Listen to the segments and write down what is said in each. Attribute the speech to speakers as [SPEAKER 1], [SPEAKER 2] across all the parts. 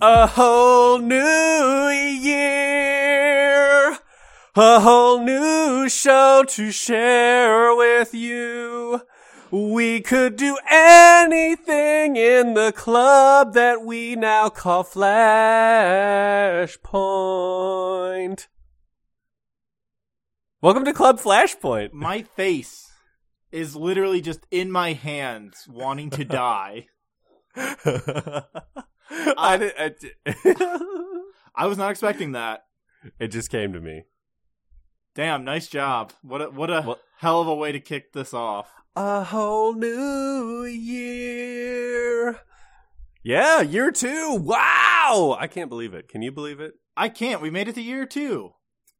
[SPEAKER 1] A whole new year, a whole new show to share with you. We could do anything in the club that we now call Flashpoint. Welcome to Club Flashpoint.
[SPEAKER 2] My face is literally just in my hands, wanting to die.
[SPEAKER 1] I did, I di-
[SPEAKER 2] I was not expecting that.
[SPEAKER 1] it just came to me.
[SPEAKER 2] Damn, nice job. What a, what a
[SPEAKER 1] What-
[SPEAKER 2] hell of a way to kick this off.
[SPEAKER 1] A whole new year. Yeah, year two. Wow. I can't believe it. Can you believe it?
[SPEAKER 2] I can't. We made it to year two.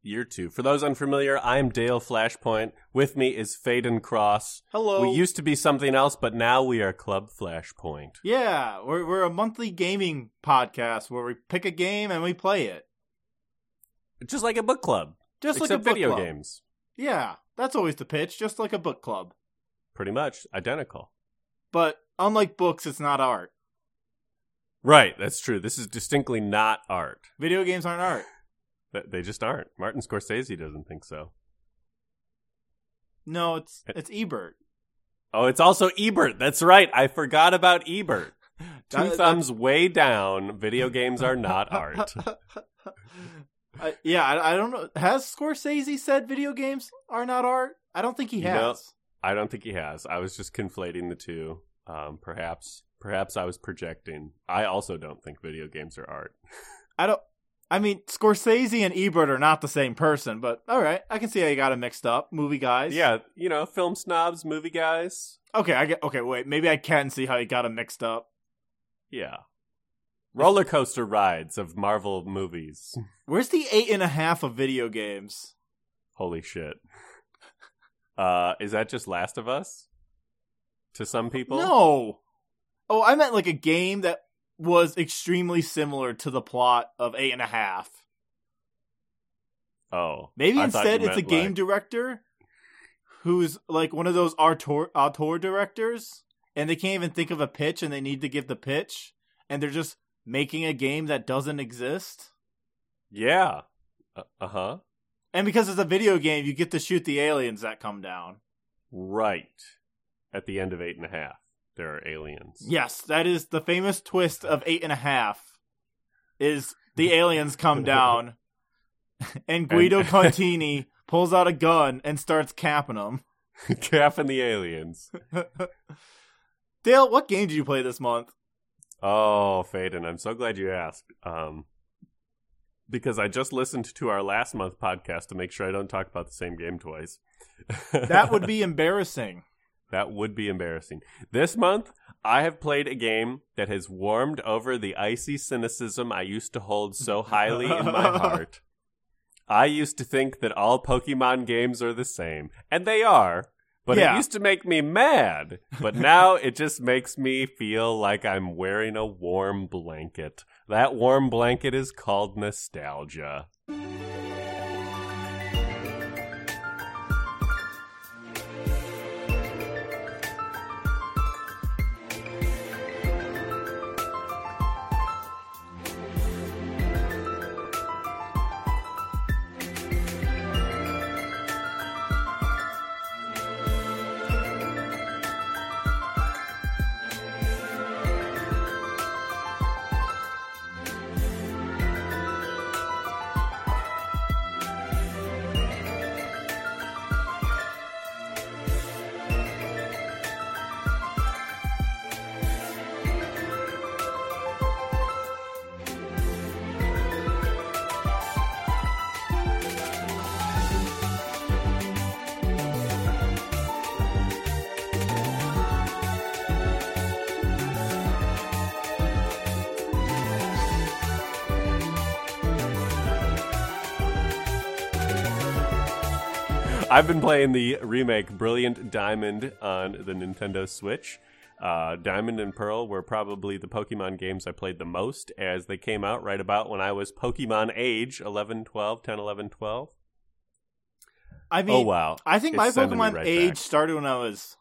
[SPEAKER 1] Year two. For those unfamiliar, I'm Dale Flashpoint. With me is Faden Cross.
[SPEAKER 2] Hello.
[SPEAKER 1] We used to be something else, but now we are Club Flashpoint.
[SPEAKER 2] yeah, we're we're a monthly gaming podcast where we pick a game and we play it,
[SPEAKER 1] Just like a book club.
[SPEAKER 2] just
[SPEAKER 1] except
[SPEAKER 2] like a book
[SPEAKER 1] video
[SPEAKER 2] club.
[SPEAKER 1] games.
[SPEAKER 2] Yeah, that's always the pitch, just like a book club.
[SPEAKER 1] Pretty much identical.
[SPEAKER 2] But unlike books, it's not art.
[SPEAKER 1] Right, that's true. This is distinctly not art.
[SPEAKER 2] Video games aren't art.
[SPEAKER 1] Th- They just aren't. Martin Scorsese doesn't think so.
[SPEAKER 2] No, it's it's Ebert.
[SPEAKER 1] Oh, it's also Ebert. That's right. I forgot about Ebert. Two
[SPEAKER 2] That- that-
[SPEAKER 1] thumbs way down. Video games are not art.
[SPEAKER 2] Uh, yeah, I, I don't know. Has Scorsese said video games are not art? I don't think he
[SPEAKER 1] You
[SPEAKER 2] has.
[SPEAKER 1] know- I don't think he has. I was just conflating the two. Um, perhaps, perhaps I was projecting. I also don't think video games are art.
[SPEAKER 2] I don't. I mean, Scorsese and Ebert are not the same person, but all right, I can see how you got them mixed up. Movie guys,
[SPEAKER 1] Yeah, you know, film snobs, movie guys.
[SPEAKER 2] Okay, I get. Okay, wait, maybe I can see how you got them mixed up.
[SPEAKER 1] Yeah, roller coaster rides of Marvel movies.
[SPEAKER 2] Where's the eight and a half of video games?
[SPEAKER 1] Holy shit! Uh, is that just Last of Us? To some people,
[SPEAKER 2] No. Oh, I meant like a game that was extremely similar to the plot of eight and a half.
[SPEAKER 1] Oh,
[SPEAKER 2] Maybe
[SPEAKER 1] I thought
[SPEAKER 2] instead
[SPEAKER 1] you
[SPEAKER 2] it's a
[SPEAKER 1] meant,
[SPEAKER 2] game
[SPEAKER 1] like-
[SPEAKER 2] director who's like one of those auteur, auteur directors, and they can't even think of a pitch and they need to give the pitch, and they're just making a game that doesn't exist.
[SPEAKER 1] Yeah. Uh huh.
[SPEAKER 2] And because it's a video game, you get to shoot the aliens that come down.
[SPEAKER 1] Right. At the end of eight and a half, there are aliens.
[SPEAKER 2] Yes, that is the famous twist of eight and a half. Is the aliens come down, and Guido
[SPEAKER 1] And-
[SPEAKER 2] Contini pulls out a gun and starts capping them.
[SPEAKER 1] Calf and the aliens.
[SPEAKER 2] Dale, what game did you play this month?
[SPEAKER 1] Oh, Faden, I'm so glad you asked. Um, because I just listened to our last month podcast to make sure I don't talk about the same game twice.
[SPEAKER 2] That would be embarrassing.
[SPEAKER 1] that would be embarrassing. This month, I have played a game that has warmed over the icy cynicism I used to hold so highly in my heart. I used to think that all Pokemon games are the same, and they are. But
[SPEAKER 2] Yeah.
[SPEAKER 1] it used to make me mad. But now it just makes me feel like I'm wearing a warm blanket. That warm blanket is called nostalgia. I've been playing the remake Brilliant Diamond on the Nintendo Switch. Uh, Diamond and Pearl were probably the Pokemon games I played the most as they came out right about when I was Pokemon age 11, 12, 10, 11, 12.
[SPEAKER 2] I mean,
[SPEAKER 1] oh, wow.
[SPEAKER 2] I think
[SPEAKER 1] It's
[SPEAKER 2] my
[SPEAKER 1] sending me
[SPEAKER 2] Pokemon
[SPEAKER 1] right back.
[SPEAKER 2] age started when I was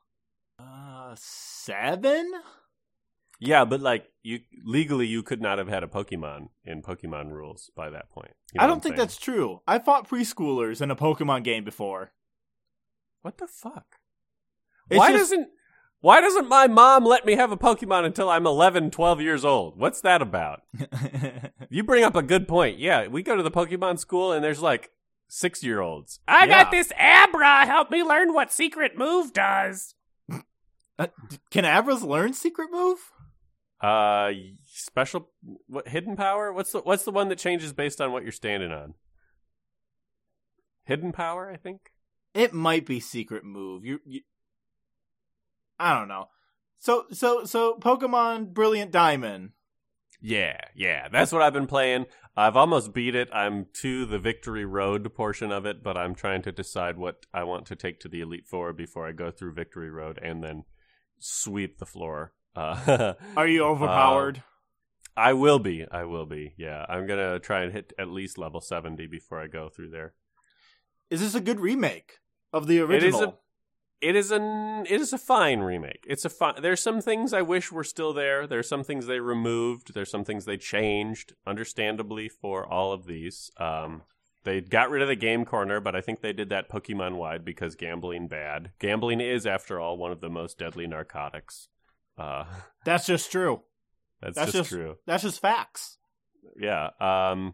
[SPEAKER 2] uh, seven.
[SPEAKER 1] Yeah, but like you legally you could not have had a Pokemon in Pokemon rules by that point. You know
[SPEAKER 2] I
[SPEAKER 1] what
[SPEAKER 2] don't
[SPEAKER 1] I'm
[SPEAKER 2] think
[SPEAKER 1] saying?
[SPEAKER 2] that's true. I fought preschoolers in a Pokemon game before.
[SPEAKER 1] what the fuck.
[SPEAKER 2] It's
[SPEAKER 1] why
[SPEAKER 2] just-
[SPEAKER 1] doesn't why doesn't my mom let me have a Pokemon until I'm 11, 12 years old? What's that about? You bring up a good point. Yeah, we go to the Pokemon school and there's like six year olds. I
[SPEAKER 2] Yeah.
[SPEAKER 1] got this Abra. Help me learn what secret move does.
[SPEAKER 2] Can Abras learn secret move?
[SPEAKER 1] Uh, special what hidden power? What's the what's the one that changes based on what you're standing on? Hidden power, I think.
[SPEAKER 2] It might be secret move. You, you I don't know. So so so Pokemon Brilliant Diamond.
[SPEAKER 1] Yeah, yeah, that's what I've been playing. I've almost beat it. I'm to the victory road portion of it, but I'm trying to decide what I want to take to the Elite Four before I go through victory road and then sweep the floor. Uh,
[SPEAKER 2] Are you overpowered?
[SPEAKER 1] I will be. I will be. Yeah, I'm gonna try and hit at least level seventy before I go through there.
[SPEAKER 2] is this a good remake of the original?
[SPEAKER 1] a- It is an. It is a fine remake. It's a fine. There's some things I wish were still there. There's some things they removed. There's some things they changed. Understandably, for all of these, um, they got rid of the game corner, but I think they did that Pokemon wide because gambling bad. Gambling is, after all, one of the most deadly narcotics. Uh,
[SPEAKER 2] That's just true.
[SPEAKER 1] that's,
[SPEAKER 2] That's
[SPEAKER 1] just
[SPEAKER 2] just-
[SPEAKER 1] true.
[SPEAKER 2] That's just facts.
[SPEAKER 1] yeah um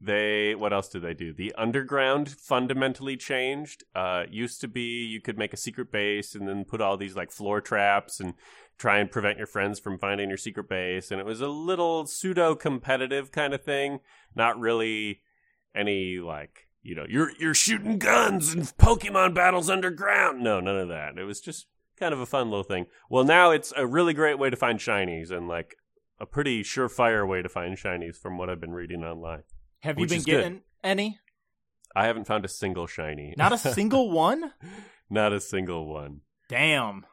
[SPEAKER 1] they what else did they do the underground fundamentally changed uh used to be you could make a secret base and then put all these like floor traps and try and prevent your friends from finding your secret base and it was a little pseudo competitive kind of thing not really any like you know you're you're shooting guns and pokemon battles underground no none of that it was just kind of a fun little thing well now it's a really great way to find shinies and like a pretty surefire way to find shinies from what I've been reading online.
[SPEAKER 2] Have you
[SPEAKER 1] Which
[SPEAKER 2] been
[SPEAKER 1] is good.
[SPEAKER 2] getting any?
[SPEAKER 1] I haven't found a single shiny.
[SPEAKER 2] Not a single one?
[SPEAKER 1] Not a single one.
[SPEAKER 2] Damn.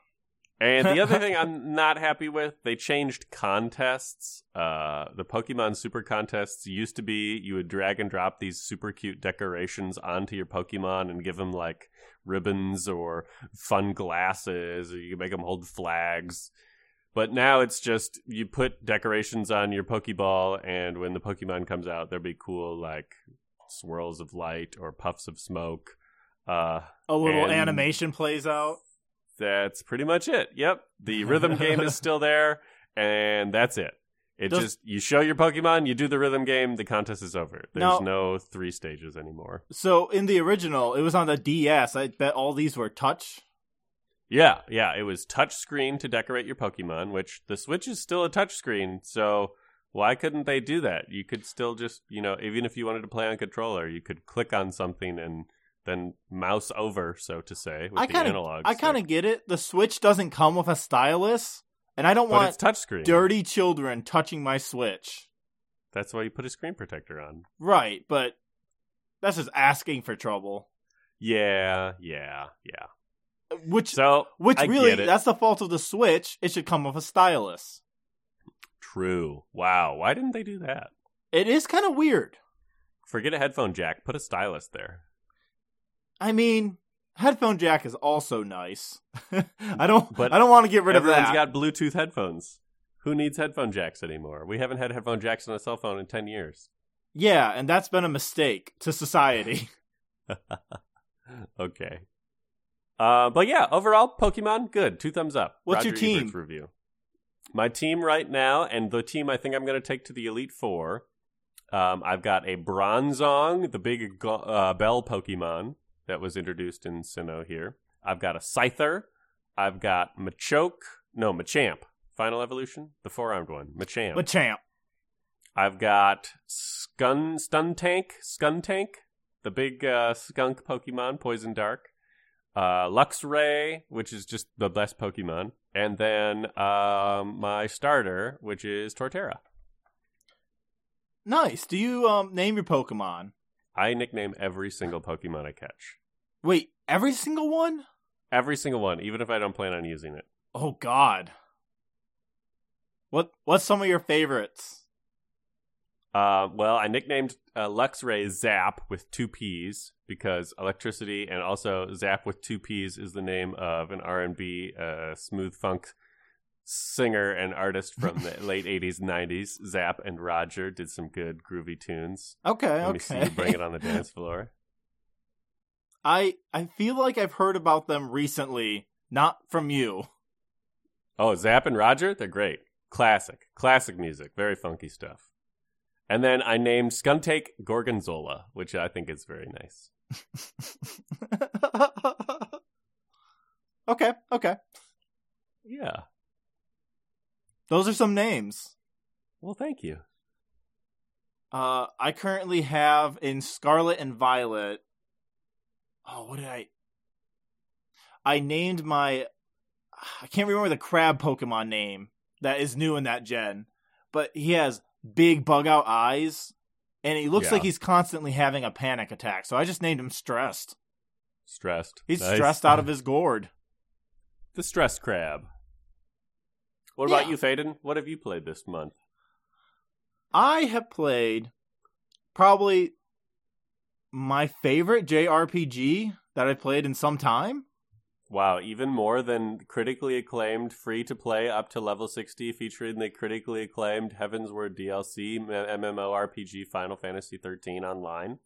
[SPEAKER 1] And the other thing I'm not happy with, they changed contests. Uh, the Pokemon Super contests used to be you would drag and drop these super cute decorations onto your Pokemon and give them like ribbons or fun glasses, or you could make them hold flags. But now it's just you put decorations on your Pokeball, and when the Pokemon comes out, there'll be cool like swirls of light or puffs of smoke. Uh,
[SPEAKER 2] A little
[SPEAKER 1] And-
[SPEAKER 2] animation plays out.
[SPEAKER 1] that's pretty much it. Yep. The rhythm game is still there, and that's it. It
[SPEAKER 2] Does-
[SPEAKER 1] just you show your Pokemon, you do the rhythm game, the contest is over. There's no three stages anymore.
[SPEAKER 2] So in the original, it was on the DS. I bet all these were touch.
[SPEAKER 1] Yeah, yeah. It was touch screen to decorate your Pokemon, which the Switch is still a touch screen, so why couldn't they do that? You could still just, you know, even if you wanted to play on controller, you could click on something and then mouse over, so to say, with
[SPEAKER 2] I
[SPEAKER 1] the
[SPEAKER 2] kinda-
[SPEAKER 1] analog.
[SPEAKER 2] I kind
[SPEAKER 1] stick.
[SPEAKER 2] of get it. The Switch doesn't come with a stylus, and I don't
[SPEAKER 1] but it's
[SPEAKER 2] want
[SPEAKER 1] touch screen.
[SPEAKER 2] dirty children touching my Switch.
[SPEAKER 1] That's why you put a screen protector on.
[SPEAKER 2] Right, but that's just asking for trouble.
[SPEAKER 1] Yeah, yeah, yeah.
[SPEAKER 2] Which
[SPEAKER 1] So,
[SPEAKER 2] which
[SPEAKER 1] I
[SPEAKER 2] really
[SPEAKER 1] get it.
[SPEAKER 2] that's the fault of the Switch. It should come with a stylus.
[SPEAKER 1] true. Wow, why didn't they do that?
[SPEAKER 2] It is kind of weird.
[SPEAKER 1] Forget a headphone jack, put a stylus there.
[SPEAKER 2] I mean, headphone jack is also nice. I don't
[SPEAKER 1] But
[SPEAKER 2] I don't want to get rid of
[SPEAKER 1] Everyone's
[SPEAKER 2] that.
[SPEAKER 1] got Bluetooth headphones. Who needs headphone jacks anymore? We haven't had headphone jacks on a cell phone in 10 years.
[SPEAKER 2] yeah, and that's been a mistake to society.
[SPEAKER 1] Okay. Uh, but yeah, overall, Pokemon, good. Two thumbs up.
[SPEAKER 2] What's your
[SPEAKER 1] Roger
[SPEAKER 2] team?
[SPEAKER 1] Ebert's review. My team right now, and the team I think I'm going to take to the Elite Four. Um, I've got a Bronzong, the big go- uh, bell Pokemon that was introduced in Sinnoh here. I've got a Scyther. I've got Machoke. No, Machamp. Final evolution? The four armed one. Machamp.
[SPEAKER 2] But champ,
[SPEAKER 1] I've got Skun Stun Tank, Skun Tank, the big uh, skunk Pokemon, Poison Dark, uh, Luxray, which is just the best Pokemon, and then um, my starter, which is Torterra.
[SPEAKER 2] nice. Do you um name your Pokemon?
[SPEAKER 1] I nickname every single Pokemon I catch,
[SPEAKER 2] Wait, every single one?
[SPEAKER 1] every single one, even if I don't plan on using it.
[SPEAKER 2] Oh God. What what's some of your favorites?
[SPEAKER 1] Uh, well, I nicknamed uh, Luxray Zap with two P's because electricity, and also Zap with two P's is the name of an R and B uh, smooth funk singer and artist from the late 80s, 90s, Zap and Roger, did some good groovy tunes.
[SPEAKER 2] Okay,
[SPEAKER 1] Let
[SPEAKER 2] okay.
[SPEAKER 1] me see you bring it on the dance floor.
[SPEAKER 2] I I feel like I've heard about them recently, not from you.
[SPEAKER 1] Oh, Zap and Roger, they're great. Classic, classic music, very funky stuff. And then I named Skuntake Gorgonzola, which I think is very nice.
[SPEAKER 2] okay, okay.
[SPEAKER 1] Yeah.
[SPEAKER 2] Those are some names.
[SPEAKER 1] Well, thank you.
[SPEAKER 2] Uh, I currently have in Scarlet and Violet. Oh, what did I? I named my. I can't remember the crab Pokemon name that is new in that gen, but he has big bug out eyes, and he looks
[SPEAKER 1] Yeah.
[SPEAKER 2] like he's constantly having a panic attack. So I just named him Stressed.
[SPEAKER 1] Stressed.
[SPEAKER 2] He's
[SPEAKER 1] Nice.
[SPEAKER 2] stressed out of his gourd.
[SPEAKER 1] the stress crab. What about
[SPEAKER 2] Yeah.
[SPEAKER 1] you, Faden? What have you played this month?
[SPEAKER 2] I have played probably my favorite JRPG that I played in some time.
[SPEAKER 1] Wow, even more than critically acclaimed free to play up to level 60 featuring the critically acclaimed Heaven's Word DLC M- MMORPG Final Fantasy 13 online.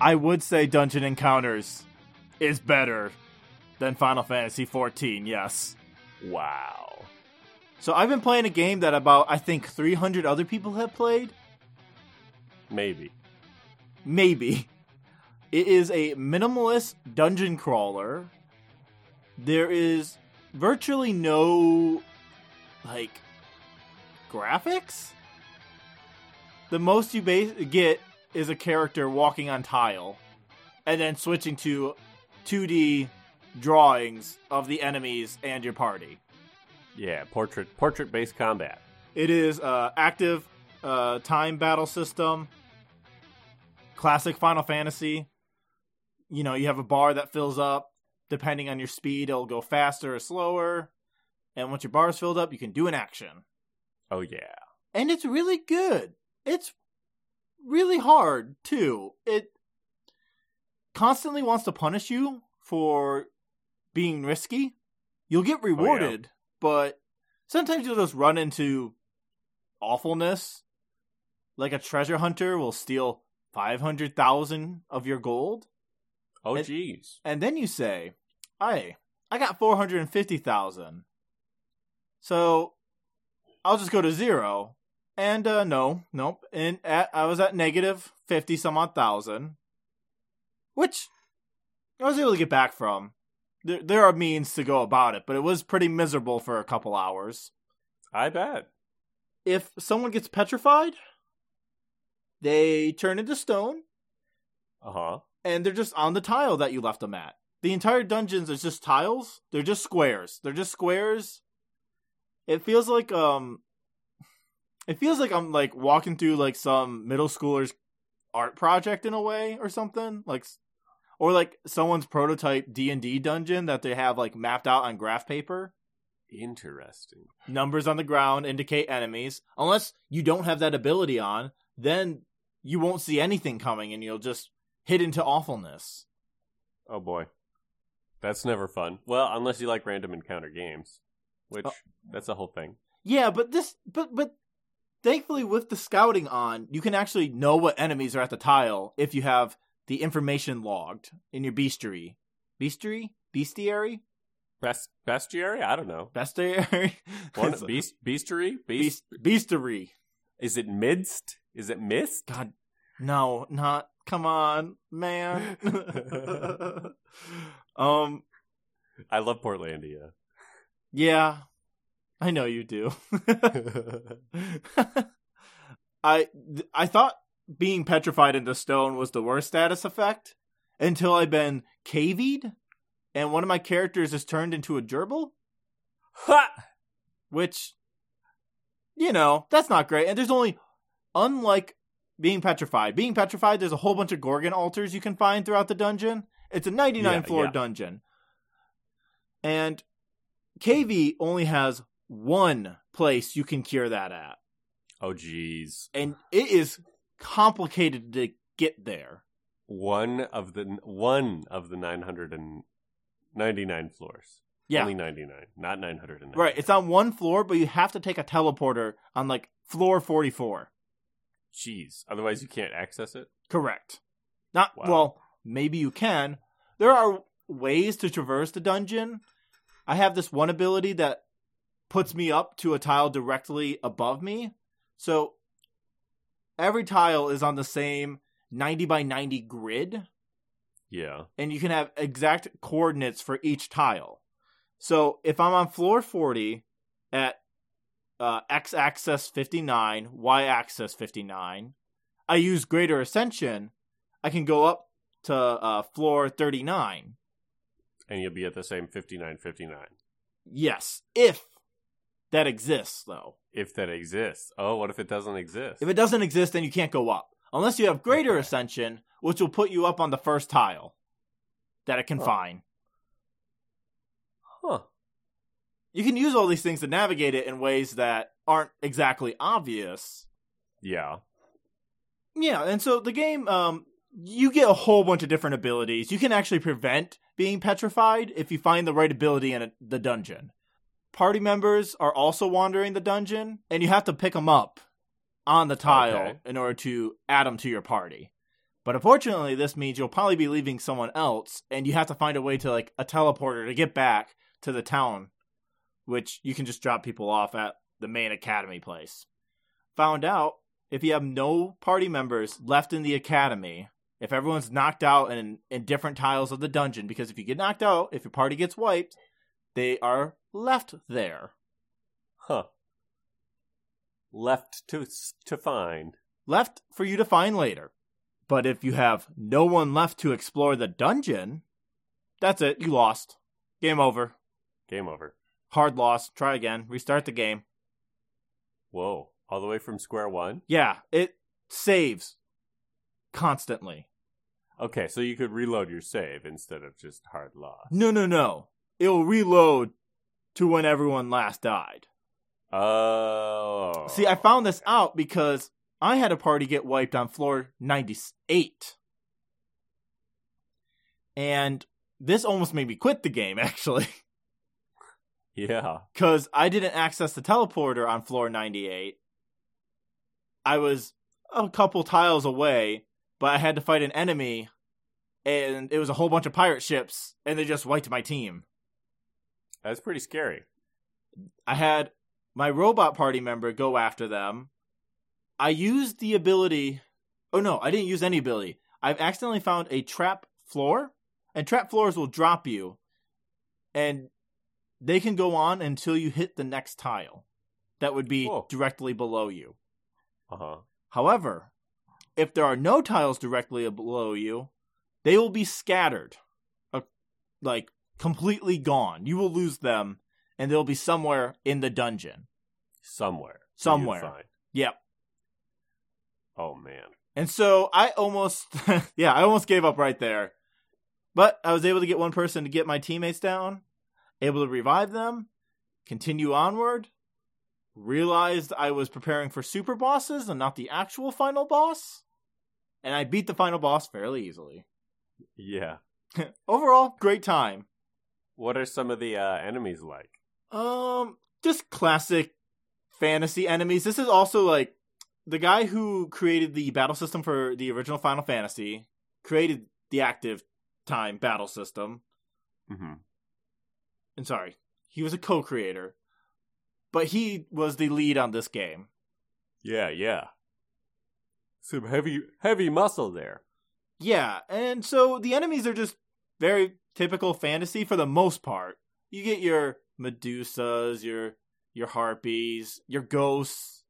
[SPEAKER 2] I would say Dungeon Encounters is better than Final Fantasy 14, yes.
[SPEAKER 1] Wow.
[SPEAKER 2] So I've been playing a game that about I think 300 other people have played,
[SPEAKER 1] Maybe.
[SPEAKER 2] maybe. It is a minimalist dungeon crawler. There is virtually no like graphics. The most you base- get is a character walking on tile and then switching to 2D drawings of the enemies and your party.
[SPEAKER 1] Yeah, portrait portrait based combat.
[SPEAKER 2] It is uh, active uh, time battle system. Classic Final Fantasy. You know, you have a bar that fills up. Depending on your speed, it'll go faster or slower. And once your bar is filled up, you can do an action.
[SPEAKER 1] Oh yeah.
[SPEAKER 2] And it's really good. It's really hard too. It constantly wants to punish you for being risky. You'll get rewarded, but sometimes you'll just run into awfulness. Like a treasure hunter will steal 500,000 of your gold,
[SPEAKER 1] Oh
[SPEAKER 2] It-
[SPEAKER 1] jeez.
[SPEAKER 2] and then you say, "Hey, I got 450,000." So, I'll just go to zero. And uh no, nope. And at, I was at negative 50 some odd thousand, which I was able to get back from. There, there are means to go about it, but it was pretty miserable for a couple hours
[SPEAKER 1] I bet.
[SPEAKER 2] if someone gets petrified, they turn into stone
[SPEAKER 1] Uh-huh.
[SPEAKER 2] and they're just on the tile that you left them at. The entire dungeons is just tiles. They're just squares. They're just squares. It feels like um it feels like I'm like walking through like some middle schooler's art project in a way or something. Like s- or like someone's prototype D&D dungeon that they have like mapped out on graph paper.
[SPEAKER 1] Interesting.
[SPEAKER 2] numbers on the ground indicate enemies. Unless you don't have that ability on, then you won't see anything coming and you'll just hit into awfulness.
[SPEAKER 1] Oh boy. That's never fun. Well, unless you like random encounter games, which
[SPEAKER 2] Oh.
[SPEAKER 1] that's a whole thing.
[SPEAKER 2] Yeah, but this but but thankfully with the scouting on, you can actually know what enemies are at the tile if you have the information logged in your bestiary. Bestiary? Bestiary?
[SPEAKER 1] Best bestiary? I don't know.
[SPEAKER 2] Bestiary?
[SPEAKER 1] One,
[SPEAKER 2] It's like-
[SPEAKER 1] beast, beastery? Beast,
[SPEAKER 2] Beast, bestiary.
[SPEAKER 1] Is it midst? Is it mist?
[SPEAKER 2] God, no, not. Come on, man. um,
[SPEAKER 1] I love Portlandia.
[SPEAKER 2] Yeah. I know you do. I th- I thought being petrified into stone was the worst status effect until I've been cavied, and one of my characters is turned into a gerbil,
[SPEAKER 1] ha!
[SPEAKER 2] which, you know, that's not great. And there's only, unlike being petrified, being petrified, there's a whole bunch of gorgon altars you can find throughout the dungeon. It's a 99
[SPEAKER 1] Yeah,
[SPEAKER 2] floor
[SPEAKER 1] yeah.
[SPEAKER 2] dungeon, and KV only has one place you can cure that at
[SPEAKER 1] Oh, jeez.
[SPEAKER 2] and it is complicated to get there.
[SPEAKER 1] One of the one of the nine hundred and ninety-nine floors.
[SPEAKER 2] Yeah,
[SPEAKER 1] Only ninety-nine, not nine hundred and ninety.
[SPEAKER 2] right. It's on one floor, but you have to take a teleporter on like floor forty-four.
[SPEAKER 1] Jeez. Otherwise, you can't access it.
[SPEAKER 2] Correct. Not
[SPEAKER 1] Wow.
[SPEAKER 2] well. Maybe you can. There are ways to traverse the dungeon. I have this one ability that puts me up to a tile directly above me, so every tile is on the same ninety by ninety grid.
[SPEAKER 1] Yeah.
[SPEAKER 2] and you can have exact coordinates for each tile. So if I'm on floor 40 at uh, x axis 59, y axis 59, I use greater ascension, I can go up to uh, floor 39.
[SPEAKER 1] And you'll be at the same fifty-nine, fifty-nine.
[SPEAKER 2] Yes, if that exists, though.
[SPEAKER 1] If that exists. Oh, what if it doesn't exist?
[SPEAKER 2] If it doesn't exist, then you can't go up. Unless you have greater
[SPEAKER 1] Okay.
[SPEAKER 2] ascension, which will put you up on the first tile that it can
[SPEAKER 1] Huh.
[SPEAKER 2] find.
[SPEAKER 1] huh.
[SPEAKER 2] you can use all these things to navigate it in ways that aren't exactly obvious.
[SPEAKER 1] Yeah.
[SPEAKER 2] Yeah, and so the game, um, you get a whole bunch of different abilities. You can actually prevent being petrified if you find the right ability in a, the dungeon. Party members are also wandering the dungeon, and you have to pick them up on the tile
[SPEAKER 1] Okay.
[SPEAKER 2] in order to add them to your party. But unfortunately, this means you'll probably be leaving someone else, and you have to find a way to like a teleporter to get back to the town, which you can just drop people off at the main academy place. Found out if you have no party members left in the academy, if everyone's knocked out in, in different tiles of the dungeon, because if you get knocked out, if your party gets wiped, they are left there,
[SPEAKER 1] Huh. Left to to find.
[SPEAKER 2] left for you to find later. But if you have no one left to explore the dungeon, that's it, you lost. Game over.
[SPEAKER 1] Game over.
[SPEAKER 2] Hard loss. Try again. Restart the game.
[SPEAKER 1] Whoa. All the way from square one.
[SPEAKER 2] Yeah, it saves constantly.
[SPEAKER 1] Okay, so you could reload your save instead of just hard loss.
[SPEAKER 2] No, no, no. It'll reload to when everyone last died.
[SPEAKER 1] Oh.
[SPEAKER 2] See, I found this out because I had a party get wiped on floor 98. And this almost made me quit the game, actually,
[SPEAKER 1] Yeah.
[SPEAKER 2] because I didn't access the teleporter on floor 98. I was a couple tiles away, but I had to fight an enemy, and it was a whole bunch of pirate ships, and they just wiped my team.
[SPEAKER 1] That's pretty scary.
[SPEAKER 2] I had my robot party member go after them. I used the ability. Oh no, I didn't use any ability. I've accidentally found a trap floor, and trap floors will drop you, and they can go on until you hit the next tile that would be
[SPEAKER 1] Whoa.
[SPEAKER 2] directly below you.
[SPEAKER 1] Uh-huh.
[SPEAKER 2] However, if there are no tiles directly below you, they will be scattered, uh, like completely gone. You will lose them, and they'll be somewhere in the dungeon.
[SPEAKER 1] Somewhere. that you'd
[SPEAKER 2] Somewhere.
[SPEAKER 1] find.
[SPEAKER 2] Yep.
[SPEAKER 1] Oh man.
[SPEAKER 2] And so I almost, yeah, I almost gave up right there. But I was able to get one person to get my teammates down, able to revive them, continue onward. Realized I was preparing for super bosses and not the actual final boss. And I beat the final boss fairly easily.
[SPEAKER 1] Yeah.
[SPEAKER 2] Overall, great time.
[SPEAKER 1] What are some of the uh, enemies like?
[SPEAKER 2] Um, just classic fantasy enemies. This is also like the guy who created the battle system for the original Final Fantasy created the active time battle system.
[SPEAKER 1] Mm-hmm.
[SPEAKER 2] And sorry, he was a co-creator, but he was the lead on this game.
[SPEAKER 1] Yeah, yeah. Some heavy heavy muscle there.
[SPEAKER 2] Yeah, and so the enemies are just very typical fantasy for the most part. You get your Medusas, your your harpies, your ghosts.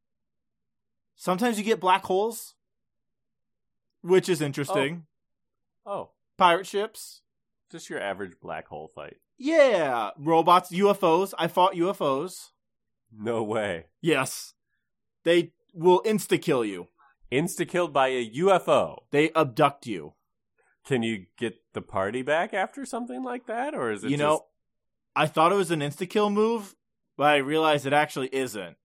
[SPEAKER 2] Sometimes you get black holes, which is interesting.
[SPEAKER 1] Oh,
[SPEAKER 2] Pirate ships.
[SPEAKER 1] just your average black hole fight.
[SPEAKER 2] Yeah. Robots, UFOs. I fought UFOs.
[SPEAKER 1] No way.
[SPEAKER 2] Yes. They will insta kill you,
[SPEAKER 1] Insta killed by a UFO.
[SPEAKER 2] they abduct you.
[SPEAKER 1] Can you get the party back after something like that, or is it
[SPEAKER 2] You know, I thought it was an insta kill move, but I realized it actually isn't.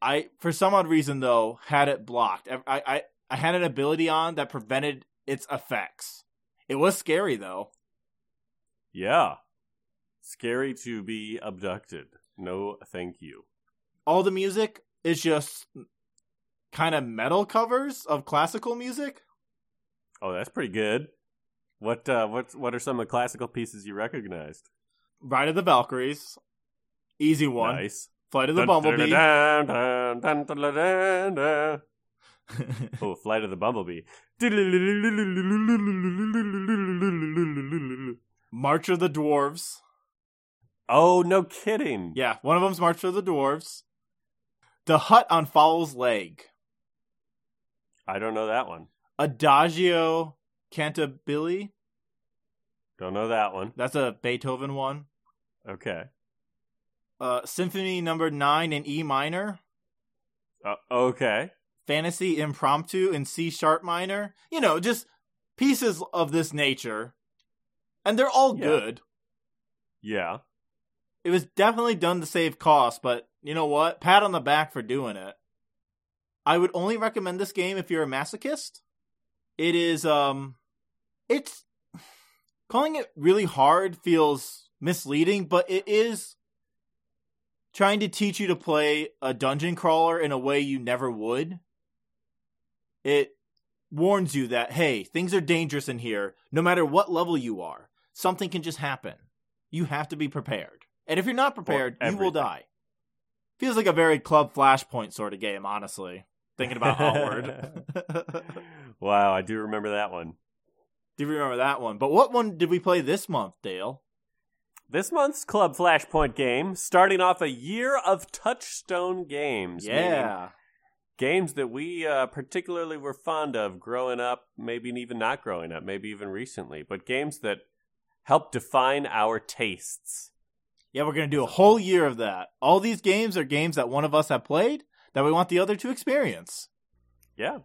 [SPEAKER 2] I, for some odd reason though, had it blocked. I, I, I had an ability on that prevented its effects. It was scary though.
[SPEAKER 1] just- yeah, scary to be abducted? No, thank you.
[SPEAKER 2] all the music is just kind of metal covers of classical music.
[SPEAKER 1] Oh, that's pretty good. What uh, what what are some of the classical pieces you recognized?
[SPEAKER 2] Ride of the Valkyries, easy one.
[SPEAKER 1] Nice.
[SPEAKER 2] Flight of the
[SPEAKER 1] Dun-
[SPEAKER 2] Bumblebee.
[SPEAKER 1] dun- dun- dun- dun- dun- dun- dun. Oh, Flight of the Bumblebee.
[SPEAKER 2] March of the Dwarves.
[SPEAKER 1] Oh, no kidding.
[SPEAKER 2] Yeah, one of them's March of the Dwarves. The Hut on Fowl's Leg.
[SPEAKER 1] I don't know that one.
[SPEAKER 2] Adagio Cantabile.
[SPEAKER 1] Don't know that one.
[SPEAKER 2] That's a Beethoven one.
[SPEAKER 1] Okay.
[SPEAKER 2] Uh, Symphony number 9 in E minor.
[SPEAKER 1] Uh, okay.
[SPEAKER 2] fantasy impromptu in C sharp minor. You know, just pieces of this nature. And they're all
[SPEAKER 1] Yeah.
[SPEAKER 2] good.
[SPEAKER 1] Yeah.
[SPEAKER 2] It was definitely done to save costs, but you know what? Pat on the back for doing it. I would only recommend this game if you're a masochist. It is um it's calling it really hard feels misleading, but it is trying to teach you to play a dungeon crawler in a way you never would. It warns you that hey, things are dangerous in here no matter what level you are. Something can just happen. You have to be prepared. And if you're not prepared, you will
[SPEAKER 1] everything.
[SPEAKER 2] die. Feels like a very club flashpoint sort of game, honestly. Thinking about Outward.
[SPEAKER 1] wow, I do remember that one.
[SPEAKER 2] Do you remember that one? But what one did we play this month, Dale?
[SPEAKER 1] This month's Club Flashpoint game, starting off a year of touchstone games. meaning
[SPEAKER 2] yeah.
[SPEAKER 1] Games that we uh, particularly were fond of growing up, maybe even not growing up, maybe even recently, but games that help define our tastes.
[SPEAKER 2] Yeah, we're going to do a whole year of that. All these games are games that one of us have played that we want the other to experience.
[SPEAKER 1] Yeah.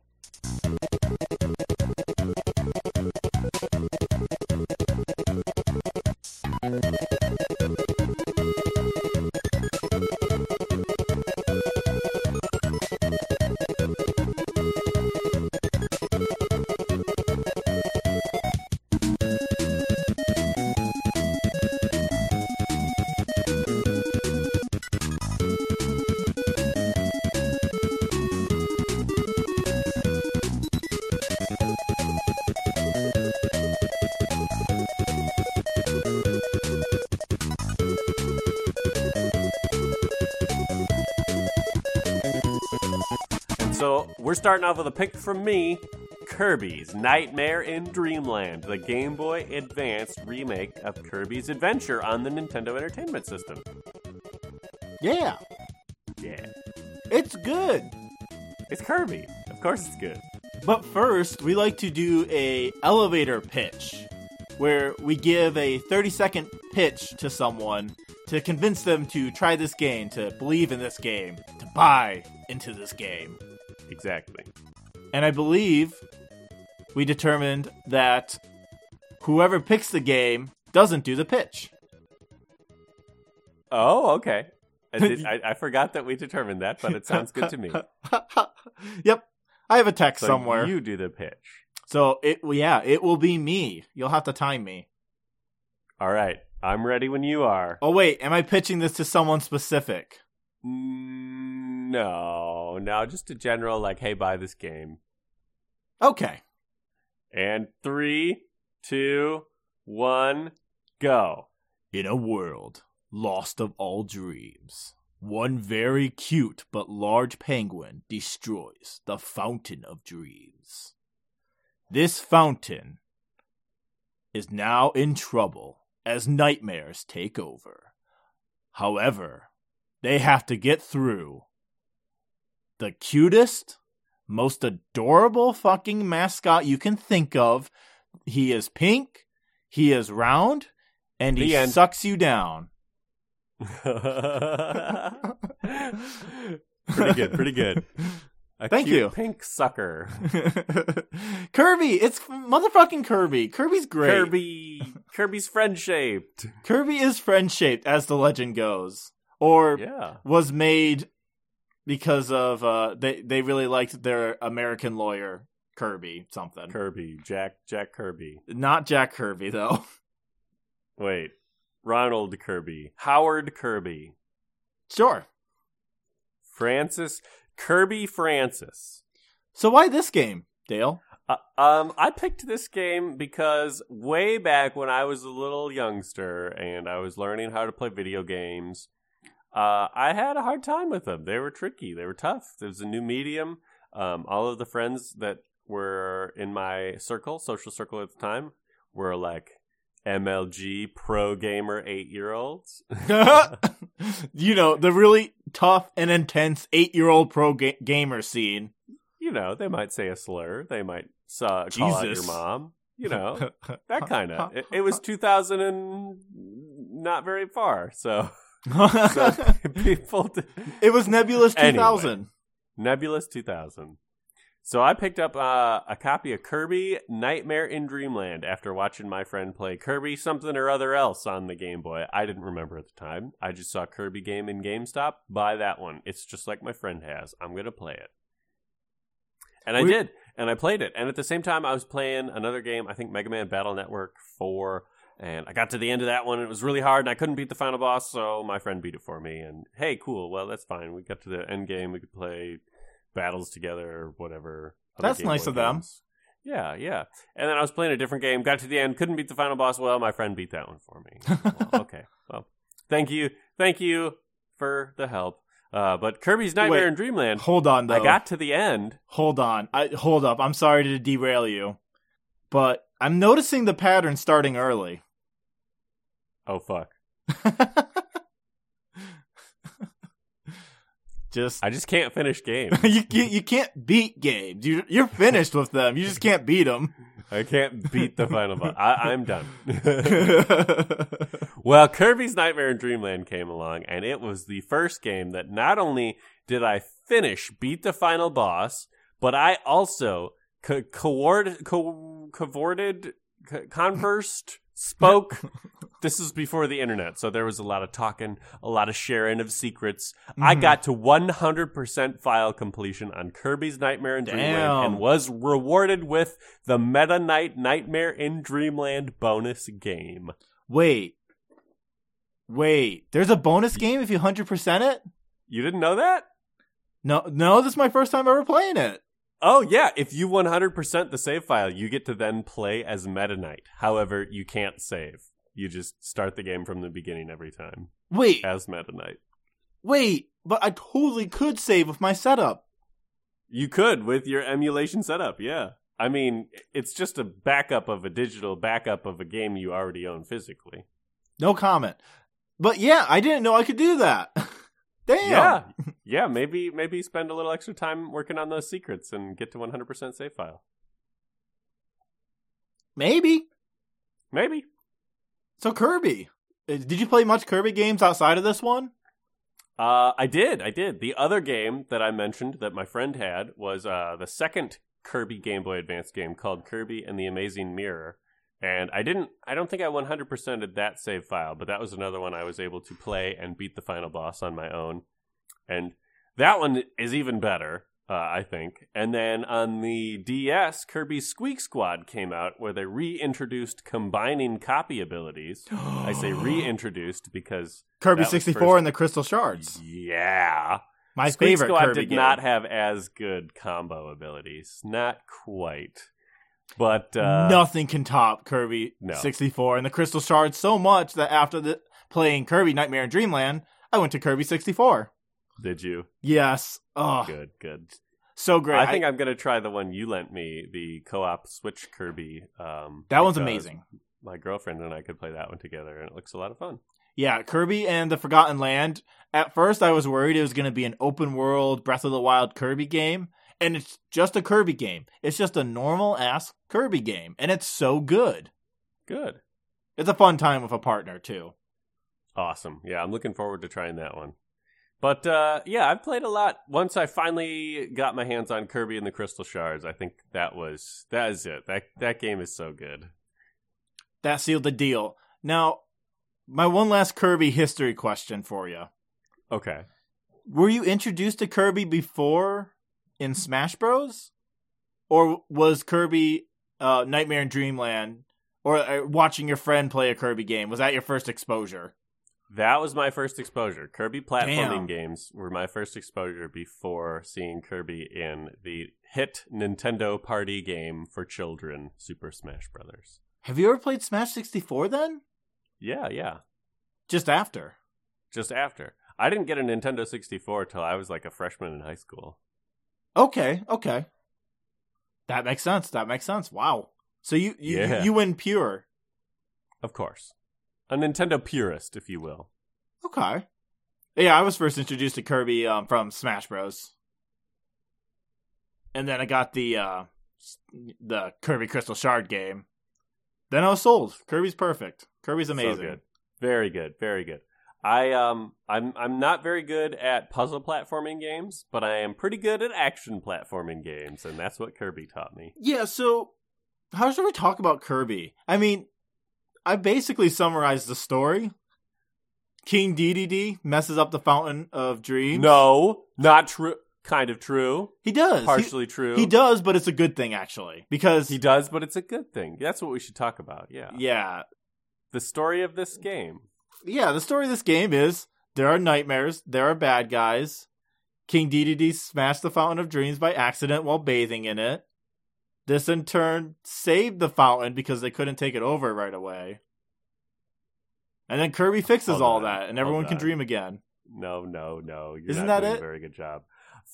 [SPEAKER 1] And so we're starting off with a pick from me Kirby's Nightmare in Dreamland, the Game Boy Advance remake of Kirby's Adventure on the Nintendo Entertainment System.
[SPEAKER 2] Yeah,
[SPEAKER 1] Yeah.
[SPEAKER 2] it's good.
[SPEAKER 1] It's Kirby. Of course it's good.
[SPEAKER 2] But first, we like to do a elevator pitch where we give a 30-second pitch to someone to convince them to try this game, to believe in this game, to buy into this game.
[SPEAKER 1] Exactly.
[SPEAKER 2] And I believe we determined that whoever picks the game doesn't do the pitch.
[SPEAKER 1] Oh, okay. I, did- I, I forgot that we determined that, but it sounds good to me.
[SPEAKER 2] yep. I have a text
[SPEAKER 1] So
[SPEAKER 2] somewhere.
[SPEAKER 1] You do the pitch.
[SPEAKER 2] So it well, yeah, it will be me. You'll have to time me.
[SPEAKER 1] All right. I'm ready when you are.
[SPEAKER 2] Oh wait, am I pitching this to someone specific?
[SPEAKER 1] Mm, No, no, just a general, like, hey, buy this game.
[SPEAKER 2] Okay.
[SPEAKER 1] And three, two, one, go.
[SPEAKER 2] In a world lost of all dreams, one very cute but large penguin destroys the fountain of dreams. This fountain is now in trouble as nightmares take over. However, They have to get through the cutest, most adorable fucking mascot you can think of. He is pink, he is round, and he
[SPEAKER 1] The end.
[SPEAKER 2] sucks you down.
[SPEAKER 1] pretty good, pretty good. A
[SPEAKER 2] Thank
[SPEAKER 1] cute
[SPEAKER 2] you.
[SPEAKER 1] Pink sucker.
[SPEAKER 2] Kirby, it's motherfucking Kirby. Kirby's great.
[SPEAKER 1] Kirby. Kirby's friend shaped.
[SPEAKER 2] Kirby is friend shaped, as the legend goes, or
[SPEAKER 1] Yeah.
[SPEAKER 2] was made because of uh, they they really liked their American lawyer Kirby something.
[SPEAKER 1] Kirby. Jack Jack Kirby.
[SPEAKER 2] Not Jack Kirby though.
[SPEAKER 1] Wait. Ronald Kirby. Howard Kirby.
[SPEAKER 2] sure.
[SPEAKER 1] Francis Kirby Francis.
[SPEAKER 2] So why this game, Dale?
[SPEAKER 1] Uh, um, I picked this game because way back when I was a little youngster and I was learning how to play video games, uh, I had a hard time with them. They were tricky. They were tough. There was a new medium. Um, all of the friends that were in my circle, social circle at the time, were like MLG pro gamer eight year olds.
[SPEAKER 2] you know the really tough and intense eight-year-old pro ga- gamer scene.
[SPEAKER 1] You know, they might say a slur. They might uh, call out your
[SPEAKER 2] Jesus.
[SPEAKER 1] mom. You know, that kind of it, it was 2000 and not very far so, so people d-
[SPEAKER 2] it was Nebulous
[SPEAKER 1] Anyway.
[SPEAKER 2] 2000.
[SPEAKER 1] nebulous 2000 so i picked up uh, a copy of kirby nightmare in dreamland after watching my friend play kirby something or other else on the game boy i didn't remember at the time i just saw kirby game in gamestop buy that one it's just like my friend has i'm gonna play it and i
[SPEAKER 2] We-
[SPEAKER 1] did and i played it and at the same time i was playing another game i think mega man battle network 4 and I got to the end of that one. And it was really hard, and I couldn't beat the final boss, so my friend beat it for me. And hey, cool. Well, that's fine. We got to the end game. We could play battles together or whatever. other
[SPEAKER 2] That's
[SPEAKER 1] Game
[SPEAKER 2] nice
[SPEAKER 1] Boy
[SPEAKER 2] of them.
[SPEAKER 1] games. Yeah, yeah. And then I was playing a different game. Got to the end. Couldn't beat the final boss. Well, my friend beat that one for me. Well, okay. Well, thank you, thank you for the help. Uh, but Kirby's Nightmare
[SPEAKER 2] Wait.
[SPEAKER 1] in Dreamland.
[SPEAKER 2] Hold on though.
[SPEAKER 1] I got to the end.
[SPEAKER 2] Hold on. I hold up. I'm sorry to derail you. But I'm noticing the pattern starting early.
[SPEAKER 1] Oh fuck!
[SPEAKER 2] just
[SPEAKER 1] I just can't finish game.
[SPEAKER 2] you can't, you can't beat games. You you're finished with them. You just can't beat them.
[SPEAKER 1] I can't beat the final boss. I, I'm done. Well, Kirby's Nightmare in Dreamland came along, and it was the first game that not only did I finish, beat the final boss, but I also co- coord- co- cavorted, co- conversed, spoke. this is before the internet, so there was a lot of talking, a lot of sharing of secrets. I
[SPEAKER 2] Mhm.
[SPEAKER 1] got to 100% file completion on Kirby's Nightmare in Dreamland
[SPEAKER 2] Damn.
[SPEAKER 1] and was rewarded with the Meta Knight Nightmare in Dreamland bonus game.
[SPEAKER 2] Wait. Wait. There's a bonus game if you 100% it?
[SPEAKER 1] You didn't know that?
[SPEAKER 2] No, no, this is my first time ever playing it.
[SPEAKER 1] Oh yeah, if you 100% the save file, you get to then play as Meta Knight. However, you can't save. You just start the game from the beginning every time
[SPEAKER 2] Wait.
[SPEAKER 1] as Meta Knight.
[SPEAKER 2] Wait, but I totally could save with my setup.
[SPEAKER 1] You could with your emulation setup, yeah. I mean, it's just a backup of a digital backup of a game you already own physically.
[SPEAKER 2] No comment. But yeah, I didn't know I could do that. Damn.
[SPEAKER 1] Yeah. Yeah, maybe maybe spend a little extra time working on those secrets and get to 100% save file.
[SPEAKER 2] Maybe.
[SPEAKER 1] Maybe.
[SPEAKER 2] So Kirby. Uh, Did you play much Kirby games outside of this one?
[SPEAKER 1] Uh, I did. I did. The other game that I mentioned that my friend had was uh, the second Kirby Game Boy Advance game called Kirby and the Amazing Mirror. And I didn't, I don't think I 100%ed that save file, but that was another one I was able to play and beat the final boss on my own. And that one is even better, uh, I think. And then on the DS, Kirby Squeak Squad came out where they reintroduced combining copy abilities. I say reintroduced because,
[SPEAKER 2] Kirby
[SPEAKER 1] That was
[SPEAKER 2] 64
[SPEAKER 1] first- Mm-hmm.
[SPEAKER 2] and the Crystal Shards.
[SPEAKER 1] yeah.
[SPEAKER 2] My
[SPEAKER 1] Squeak
[SPEAKER 2] favorite
[SPEAKER 1] Squad
[SPEAKER 2] Kirby
[SPEAKER 1] did
[SPEAKER 2] game.
[SPEAKER 1] not have as good combo abilities. Not quite. But uh,
[SPEAKER 2] Nothing can top Kirby
[SPEAKER 1] No.
[SPEAKER 2] 64 and the Crystal Shards so much that after the, playing Kirby Nightmare in Dreamland, I went to Kirby 64.
[SPEAKER 1] did you?
[SPEAKER 2] Yes. Oh,
[SPEAKER 1] Good, good.
[SPEAKER 2] so great.
[SPEAKER 1] I think I, am gonna try the one you lent me, the co-op Switch Kirby. Um,
[SPEAKER 2] that
[SPEAKER 1] because
[SPEAKER 2] one's amazing.
[SPEAKER 1] My girlfriend and I could play that one together, and it looks a lot of fun.
[SPEAKER 2] Yeah, Kirby and the Forgotten Land. At first, I was worried it was going to be an open world Breath of the Wild Kirby game, and it's just a Kirby game. It's just a normal ass Kirby game, and it's so good.
[SPEAKER 1] Good.
[SPEAKER 2] It's a fun time with a partner, too.
[SPEAKER 1] Awesome. Yeah, I'm looking forward to trying that one. But uh, yeah, I've played a lot. Once I finally got my hands on Kirby and the Crystal Shards, I think that was that is it. That that game is so good.
[SPEAKER 2] That sealed the deal. Now, my one last Kirby history question for you.
[SPEAKER 1] Okay.
[SPEAKER 2] Were you introduced to Kirby before in Smash Bros? Or was Kirby uh, Nightmare in Dreamland or uh, watching your friend play a Kirby game? Was that your first exposure?
[SPEAKER 1] That was my first exposure. Kirby platforming
[SPEAKER 2] Damn.
[SPEAKER 1] games were my first exposure before seeing Kirby in the hit Nintendo party game for children, Super Smash Brothers.
[SPEAKER 2] Have you ever played Smash 64 then?
[SPEAKER 1] Yeah, yeah.
[SPEAKER 2] Just after.
[SPEAKER 1] Just after. I didn't get a Nintendo 64 till I was like a freshman in high school.
[SPEAKER 2] Okay, okay. That makes sense. That makes sense. Wow. So you you,
[SPEAKER 1] Yeah.
[SPEAKER 2] you win pure.
[SPEAKER 1] Of course. A Nintendo purist, if you will.
[SPEAKER 2] Okay. Yeah, I was first introduced to Kirby um, from Smash Bros. And then I got the uh, s- the Kirby Crystal Shard game. Then I was sold. Kirby's perfect. Kirby's amazing.
[SPEAKER 1] So good. Very good. Very good. I um I'm I'm not very good at puzzle platforming games, but I am pretty good at action platforming games, and that's what Kirby taught me.
[SPEAKER 2] Yeah, so how should we talk about Kirby? I mean, I basically summarized the story. King DDD messes up the Fountain of Dreams.
[SPEAKER 1] No, not true. Kind of true.
[SPEAKER 2] He does. He-
[SPEAKER 1] Partially true.
[SPEAKER 2] He, does, but it's a good thing actually because
[SPEAKER 1] He does, but it's a good thing. That's what we should talk about. Yeah.
[SPEAKER 2] yeah,
[SPEAKER 1] The story of this game.
[SPEAKER 2] yeah. The story of this game is there are nightmares, there are bad guys. King DDD smashed the Fountain of Dreams by accident while bathing in it. This in turn saved the fountain because they couldn't take it over right away. And then Kirby fixes
[SPEAKER 1] Hold
[SPEAKER 2] all
[SPEAKER 1] on,
[SPEAKER 2] that, and
[SPEAKER 1] hold
[SPEAKER 2] everyone can
[SPEAKER 1] on.
[SPEAKER 2] dream again.
[SPEAKER 1] No, no, no. You're
[SPEAKER 2] Isn't
[SPEAKER 1] not
[SPEAKER 2] that
[SPEAKER 1] doing
[SPEAKER 2] it?
[SPEAKER 1] a very good job.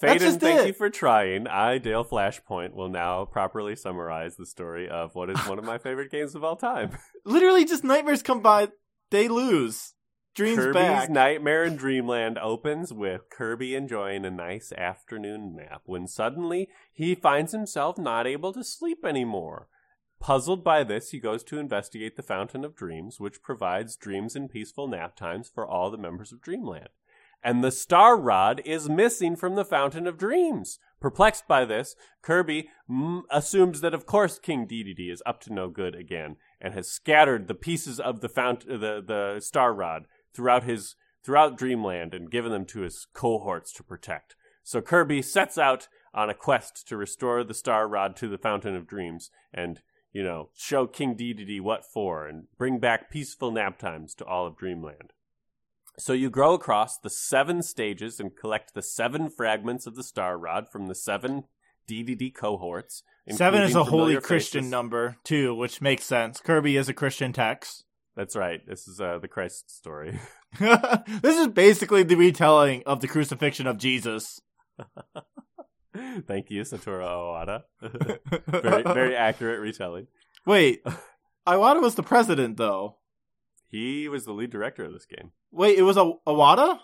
[SPEAKER 2] That's
[SPEAKER 1] Faden,
[SPEAKER 2] just
[SPEAKER 1] thank
[SPEAKER 2] it.
[SPEAKER 1] you for trying. I, Dale Flashpoint, will now properly summarize the story of what is one of my favorite games of all time.
[SPEAKER 2] Literally, just nightmares come by, they lose. Dreams
[SPEAKER 1] Kirby's
[SPEAKER 2] back.
[SPEAKER 1] Nightmare in Dreamland opens with Kirby enjoying a nice afternoon nap when suddenly he finds himself not able to sleep anymore. Puzzled by this, he goes to investigate the Fountain of Dreams, which provides dreams and peaceful nap times for all the members of Dreamland. And the Star Rod is missing from the Fountain of Dreams. Perplexed by this, Kirby mm, assumes that, of course, King Dedede is up to no good again and has scattered the pieces of the fount- the the Star Rod throughout his throughout Dreamland and given them to his cohorts to protect. So Kirby sets out on a quest to restore the Star Rod to the Fountain of Dreams and, you know, show King Dedede what for and bring back peaceful nap times to all of Dreamland. So you grow across the seven stages and collect the seven fragments of the Star Rod from the seven DDD cohorts.
[SPEAKER 2] Seven is
[SPEAKER 1] including
[SPEAKER 2] a holy
[SPEAKER 1] familiar
[SPEAKER 2] Christian
[SPEAKER 1] faces.
[SPEAKER 2] number, too, which makes sense. Kirby is a Christian text.
[SPEAKER 1] That's right. This is uh, the Christ story.
[SPEAKER 2] this is basically the retelling of the crucifixion of Jesus.
[SPEAKER 1] Thank you, Satoru Iwata. very, very accurate retelling.
[SPEAKER 2] Wait, Iwata was the president, though.
[SPEAKER 1] He was the lead director of this game.
[SPEAKER 2] Wait, it was a Iwata?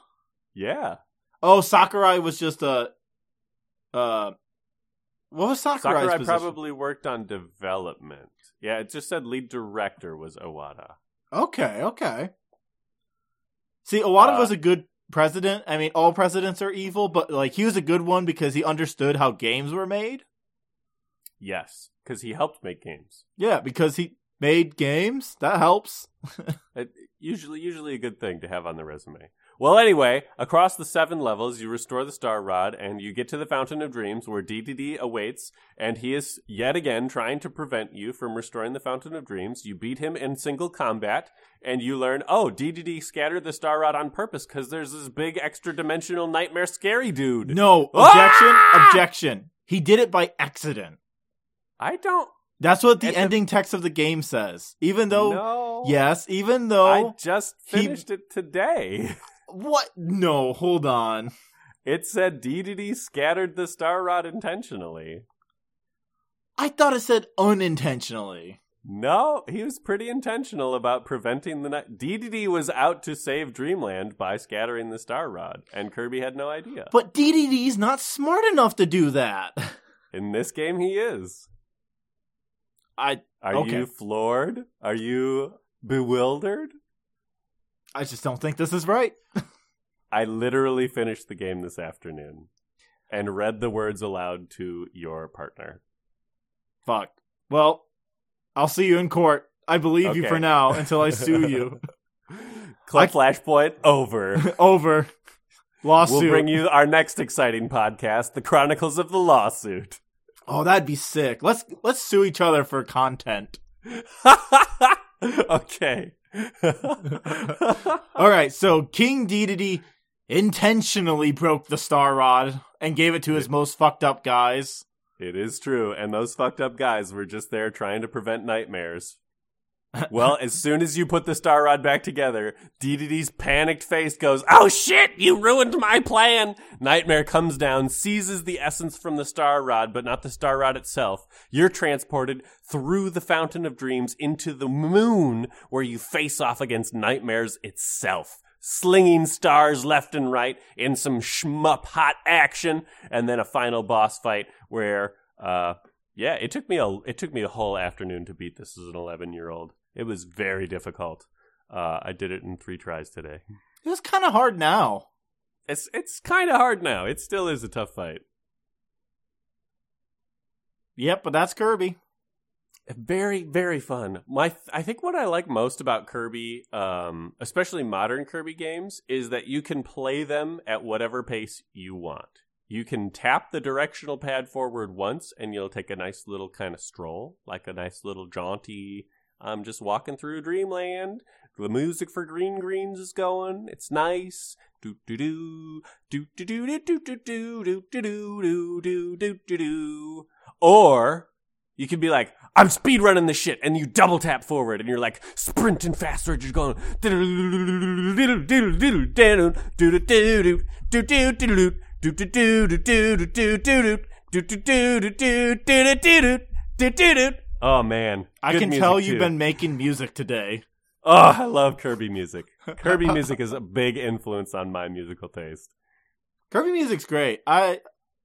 [SPEAKER 1] Yeah,
[SPEAKER 2] Oh, Sakurai was just a. Uh, what was Sakurai's
[SPEAKER 1] Sakurai
[SPEAKER 2] position?
[SPEAKER 1] probably worked on development. Yeah, it just said lead director was Iwata.
[SPEAKER 2] Okay, okay. See, Iwata
[SPEAKER 1] Uh,
[SPEAKER 2] was a good president. I mean, all presidents are evil, but like he was a good one because he understood how games were made.
[SPEAKER 1] Yes, because he helped make games.
[SPEAKER 2] Yeah, because he made games. That helps.
[SPEAKER 1] It, usually, usually a good thing to have on the resume. Well, anyway, across the seven levels, you restore the Star Rod, and you get to the Fountain of Dreams, where DDD awaits, and he is yet again trying to prevent you from restoring the Fountain of Dreams. You beat him in single combat, and you learn, oh, DDD scattered the Star Rod on purpose because there's this big extra dimensional nightmare scary dude.
[SPEAKER 2] No, objection,
[SPEAKER 1] Ah!
[SPEAKER 2] objection. He did it by accident.
[SPEAKER 1] I don't
[SPEAKER 2] That's what the
[SPEAKER 1] At the-
[SPEAKER 2] ending text of the game says. Even though,
[SPEAKER 1] know.
[SPEAKER 2] yes, even
[SPEAKER 1] I
[SPEAKER 2] though,
[SPEAKER 1] just
[SPEAKER 2] he-
[SPEAKER 1] finished it today.
[SPEAKER 2] what? No, hold on.
[SPEAKER 1] It said DDD scattered the Star Rod intentionally.
[SPEAKER 2] I thought it said unintentionally.
[SPEAKER 1] No, he was pretty intentional about preventing the night. DDD was out to save Dreamland by scattering the Star Rod, and Kirby had no idea.
[SPEAKER 2] But DDD's not smart enough to do that.
[SPEAKER 1] In this game, he is.
[SPEAKER 2] I
[SPEAKER 1] Are
[SPEAKER 2] Okay.
[SPEAKER 1] you floored? Are you bewildered?
[SPEAKER 2] I just don't think this is right.
[SPEAKER 1] I literally finished the game this afternoon and read the words aloud to your partner.
[SPEAKER 2] Fuck. Well, I'll see you in court. I believe you
[SPEAKER 1] Okay.
[SPEAKER 2] for now until I sue you.
[SPEAKER 1] Club
[SPEAKER 2] I-
[SPEAKER 1] Flashpoint over.
[SPEAKER 2] Over. Lawsuit.
[SPEAKER 1] We'll bring you our next exciting podcast, The Chronicles of the Lawsuit.
[SPEAKER 2] Oh, that'd be sick. Let's let's sue each other for content.
[SPEAKER 1] okay.
[SPEAKER 2] All right, so King Dedede intentionally broke the Star Rod and gave it to his most fucked up guys.
[SPEAKER 1] it is true. And those fucked up guys were just there trying to prevent nightmares. Well, as soon as you put the star rod back together, DDD's panicked face goes, Oh shit, you ruined my plan! Nightmare comes down, seizes the essence from the star rod, but not the star rod itself. You're transported through the fountain of dreams into the moon, where you face off against nightmares itself. Slinging stars left and right in some shmup hot action, and then a final boss fight where, uh, yeah, it took me a it took me a whole afternoon to beat this as an 11 year old. It was very difficult. Uh, I did it in three tries today.
[SPEAKER 2] It was kind of hard now.
[SPEAKER 1] It's it's kind of hard now. It still is a tough fight.
[SPEAKER 2] Yep, but that's Kirby.
[SPEAKER 1] Very very fun. My I think what I like most about Kirby, um, especially modern Kirby games, is that you can play them at whatever pace you want. You can tap the directional pad forward once, and you'll take a nice little kind of stroll, like a nice little jaunty. I'm just walking through dreamland. The music for Green Greens is going. It's nice. Do do do do do do do do do do do do do do do do do. Or you could be like, I'm speed running this shit, and you double tap forward, and you're like sprinting faster. You're going, oh man,
[SPEAKER 2] I
[SPEAKER 1] Good
[SPEAKER 2] can
[SPEAKER 1] music,
[SPEAKER 2] tell you've
[SPEAKER 1] too.
[SPEAKER 2] been making music today.
[SPEAKER 1] Oh, I love Kirby music. Kirby music is a big influence on my musical taste.
[SPEAKER 2] Kirby music's great. I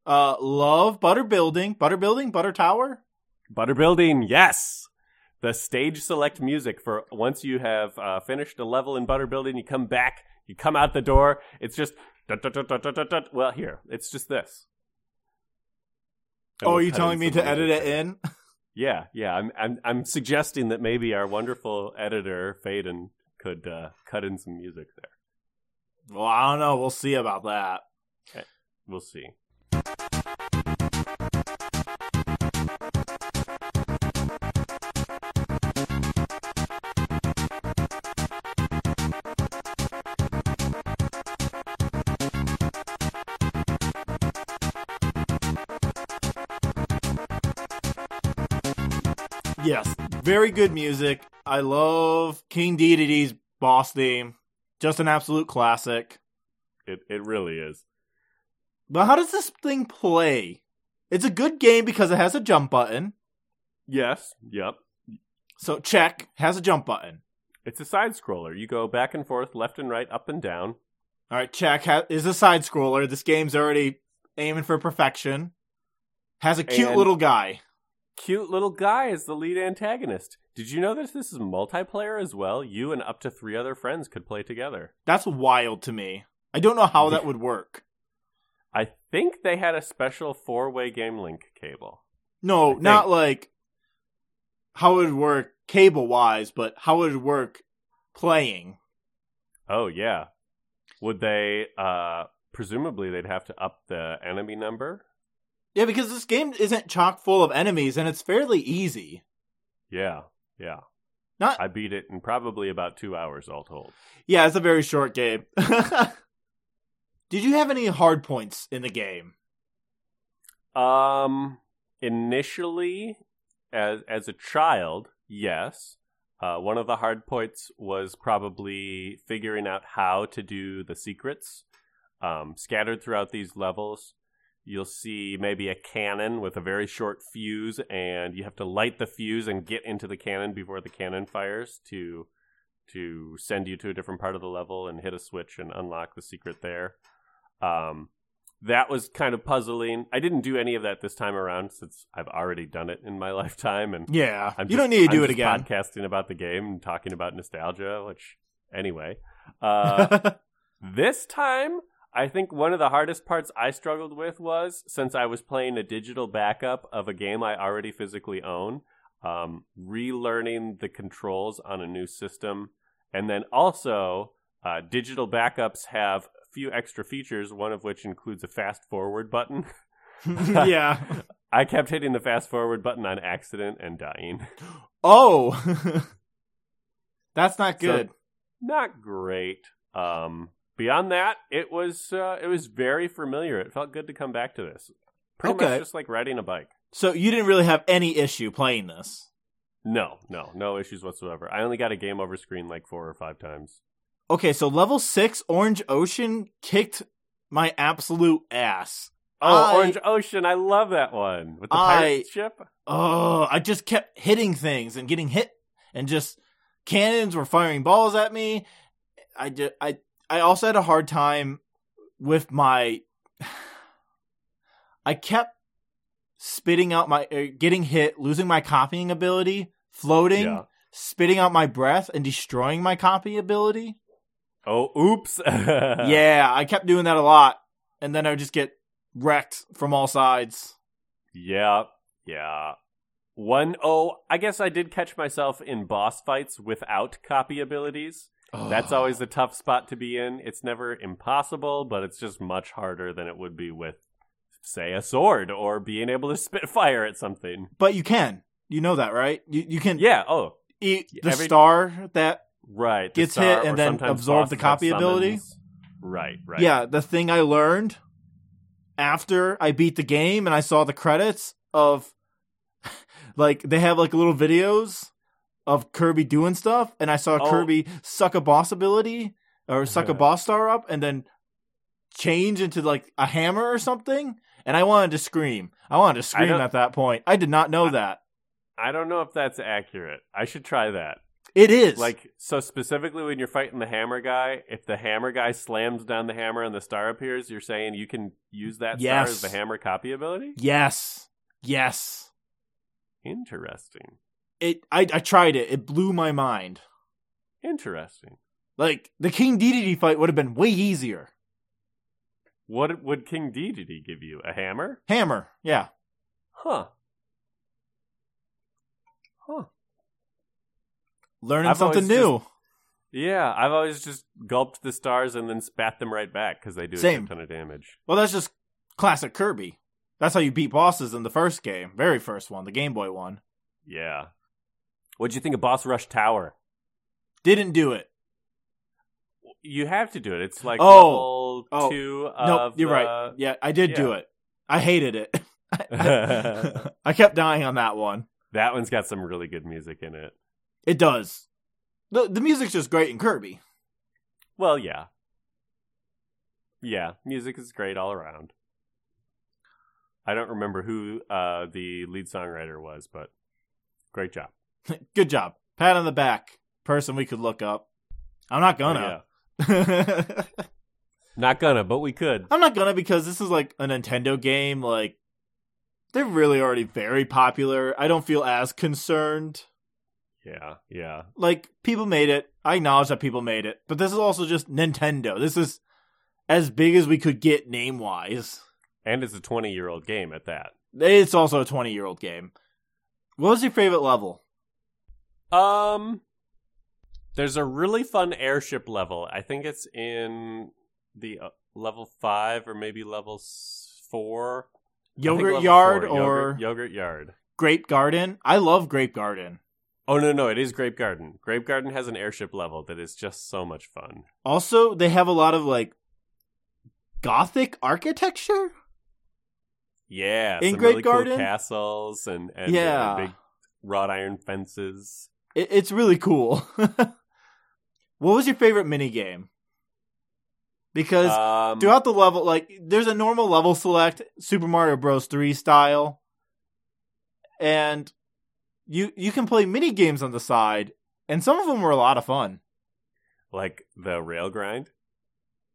[SPEAKER 2] uh love Butter Building, Butter Building, Butter Tower.
[SPEAKER 1] Butter building, yes. The stage select music for once you have uh, finished a level in butter building, you come back, you come out the door. It's just dut, dut, dut, dut, dut, dut, dut. well, here it's just this. And
[SPEAKER 2] Oh,
[SPEAKER 1] we'll
[SPEAKER 2] are you
[SPEAKER 1] cut
[SPEAKER 2] telling me
[SPEAKER 1] some
[SPEAKER 2] to edit
[SPEAKER 1] music.
[SPEAKER 2] it in?
[SPEAKER 1] Yeah, yeah. I'm, I'm, I'm suggesting that maybe our wonderful editor Faden could uh, cut in some music there.
[SPEAKER 2] Well, I don't know. We'll see about that.
[SPEAKER 1] We'll see.
[SPEAKER 2] Yes, very good music. I love King Dedede's boss theme. Just an absolute classic.
[SPEAKER 1] It, it really is.
[SPEAKER 2] But how does this thing play? It's a good game because it has a jump button.
[SPEAKER 1] Yes. Yep.
[SPEAKER 2] So check has a jump button.
[SPEAKER 1] It's a side scroller. You go back and forth, left and right, up and down.
[SPEAKER 2] All right, check ha- is a side scroller. This game's already aiming for perfection. Has a cute
[SPEAKER 1] And-
[SPEAKER 2] little guy.
[SPEAKER 1] cute little guy is the lead antagonist. Did you know that this is multiplayer as well? You and up to three other friends could play together.
[SPEAKER 2] That's wild to me. I don't know how that would work.
[SPEAKER 1] I think they had a special four way game link cable. I
[SPEAKER 2] No,
[SPEAKER 1] think.
[SPEAKER 2] not like how it would work cable wise, but how it would work playing.
[SPEAKER 1] Oh, yeah. Would they, uh, presumably, they'd have to up the enemy number?
[SPEAKER 2] Yeah, because this game isn't chock full of enemies and it's fairly easy.
[SPEAKER 1] Yeah, yeah.
[SPEAKER 2] Not-
[SPEAKER 1] I beat it in probably about two hours, all told.
[SPEAKER 2] Yeah, it's a very short game. Did you have any hard points in the game?
[SPEAKER 1] Um, initially, as as a child, yes. Uh, one of the hard points was probably figuring out how to do the secrets um, scattered throughout these levels. You'll see maybe a cannon with a very short fuse, and you have to light the fuse and get into the cannon before the cannon fires to to send you to a different part of the level and hit a switch and unlock the secret there. Um, that was kind of puzzling. I didn't do any of that this time around since I've already done it in my lifetime, and
[SPEAKER 2] Yeah.
[SPEAKER 1] I'm
[SPEAKER 2] you
[SPEAKER 1] just-
[SPEAKER 2] don't need to
[SPEAKER 1] I'm
[SPEAKER 2] do it
[SPEAKER 1] just
[SPEAKER 2] again.
[SPEAKER 1] Podcasting about the game and talking about nostalgia, which anyway. Uh, this time, I think one of the hardest parts I struggled with was since I was playing a digital backup of a game I already physically own, um, relearning the controls on a new system, and then also uh, digital backups have a few extra features, one of which includes a fast forward button. uh,
[SPEAKER 2] yeah.
[SPEAKER 1] I kept hitting the fast forward button on accident and dying.
[SPEAKER 2] Oh. That's not
[SPEAKER 1] So-
[SPEAKER 2] good.
[SPEAKER 1] not great. Um, beyond that, it was uh, it was very familiar. It felt good to come back to this. Pretty
[SPEAKER 2] Okay.
[SPEAKER 1] much just like riding a bike.
[SPEAKER 2] So, you didn't really have any issue playing this.
[SPEAKER 1] No, no, no issues whatsoever. I only got a game over screen like four or five times.
[SPEAKER 2] Okay, so level 6 Orange Ocean kicked my absolute ass.
[SPEAKER 1] Oh,
[SPEAKER 2] I-
[SPEAKER 1] Orange Ocean! I love that one with the
[SPEAKER 2] I-
[SPEAKER 1] pirate ship.
[SPEAKER 2] Oh, I just kept hitting things and getting hit and just cannons were firing balls at me. I just, I I also had a hard time with my I kept spitting out my er, getting hit, losing my copying ability, floating,
[SPEAKER 1] Yeah.
[SPEAKER 2] spitting out my breath and destroying my copy ability.
[SPEAKER 1] Oh, oops! yeah,
[SPEAKER 2] yeah, I kept doing that a lot and then I would just get wrecked from all sides.
[SPEAKER 1] yeah, yeah. One oh, I guess I did catch myself in boss fights without copy abilities. That's always the tough spot to be in. It's never impossible, but it's just much harder than it would be with, say, a sword or being able to spit fire at something.
[SPEAKER 2] But you can. You know that, right? You you can
[SPEAKER 1] Yeah. Oh,
[SPEAKER 2] eat the
[SPEAKER 1] Every-
[SPEAKER 2] star that
[SPEAKER 1] right. the
[SPEAKER 2] Gets
[SPEAKER 1] star,
[SPEAKER 2] hit and
[SPEAKER 1] or
[SPEAKER 2] then
[SPEAKER 1] sometimes
[SPEAKER 2] absorb the
[SPEAKER 1] bosses have
[SPEAKER 2] copy ability?
[SPEAKER 1] summons. Right. Right.
[SPEAKER 2] yeah the thing i learned after i beat the game and i saw the credits of like they have like little videos of kirby doing stuff and i saw
[SPEAKER 1] Oh.
[SPEAKER 2] kirby suck a boss ability or suck a boss star up and then change into like a hammer or something and i wanted to scream i wanted to scream
[SPEAKER 1] don't-
[SPEAKER 2] at that point i did not know that
[SPEAKER 1] I don't know if that's accurate. I should try that.
[SPEAKER 2] it is
[SPEAKER 1] Like, so specifically when you're fighting the hammer guy, if the hammer guy slams down the hammer and the star appears, you're saying you can use that
[SPEAKER 2] Yes.
[SPEAKER 1] star as the hammer copy ability.
[SPEAKER 2] yes yes
[SPEAKER 1] Interesting.
[SPEAKER 2] it I, I tried it it blew my mind
[SPEAKER 1] Interesting.
[SPEAKER 2] like the king dedede fight would have been way easier
[SPEAKER 1] What would King Dedede give you? A hammer?
[SPEAKER 2] Hammer, yeah.
[SPEAKER 1] Huh. Huh.
[SPEAKER 2] Learning
[SPEAKER 1] I've
[SPEAKER 2] something
[SPEAKER 1] always
[SPEAKER 2] new.
[SPEAKER 1] Yeah, I've always just gulped the stars and then spat them right back because they do a
[SPEAKER 2] Same.
[SPEAKER 1] shit ton of damage.
[SPEAKER 2] Well, that's just classic Kirby. That's how you beat bosses in the first game, very first one, the Game Boy one.
[SPEAKER 1] Yeah. What'd you think of Boss Rush Tower?
[SPEAKER 2] Didn't do it.
[SPEAKER 1] You have to do it. It's like
[SPEAKER 2] Oh.
[SPEAKER 1] level
[SPEAKER 2] Oh.
[SPEAKER 1] two
[SPEAKER 2] nope,
[SPEAKER 1] of
[SPEAKER 2] you're
[SPEAKER 1] the-
[SPEAKER 2] right. Yeah, I did do
[SPEAKER 1] yeah.
[SPEAKER 2] it. I hated it. I kept dying on that one.
[SPEAKER 1] uh, that one's got some really good music in it.
[SPEAKER 2] It does. The the music's just great in Kirby.
[SPEAKER 1] Well, yeah. Yeah, music is great all around. I don't remember who uh, the lead songwriter was, but great job.
[SPEAKER 2] Good job. Pat on the back. Person we could look up. I'm not gonna.
[SPEAKER 1] Oh, Not gonna, but we could.
[SPEAKER 2] I'm not gonna because this is like a Nintendo game. Like they're really already very popular. I don't feel as concerned.
[SPEAKER 1] Yeah, yeah.
[SPEAKER 2] Like people made it. I acknowledge that people made it, but this is also just Nintendo. This is as big as we could get name wise.
[SPEAKER 1] And it's a 20 year old game at that.
[SPEAKER 2] It's also a 20 year old game. What was your favorite level?
[SPEAKER 1] Um, there's a really fun airship level. I think it's in the uh, level five or maybe level s- four. I think
[SPEAKER 2] Yogurt
[SPEAKER 1] level
[SPEAKER 2] Yard
[SPEAKER 1] four,
[SPEAKER 2] or
[SPEAKER 1] yogurt, yogurt yard?
[SPEAKER 2] Grape Garden? I love Grape Garden.
[SPEAKER 1] Oh no, no, it is Grape Garden. Grape Garden has an airship level that is just so much fun.
[SPEAKER 2] Also, they have a lot of like gothic architecture.
[SPEAKER 1] Yeah,
[SPEAKER 2] In
[SPEAKER 1] some
[SPEAKER 2] Grape
[SPEAKER 1] really cool
[SPEAKER 2] Garden?
[SPEAKER 1] castles and, and uh,
[SPEAKER 2] Yeah.
[SPEAKER 1] big wrought iron fences.
[SPEAKER 2] It, it's really cool. what was your favorite minigame? because
[SPEAKER 1] Um,
[SPEAKER 2] throughout the level, like there's a normal level select Super Mario Bros. Three style, and you you can play mini games on the side, and some of them were a lot of fun.
[SPEAKER 1] like the rail grind.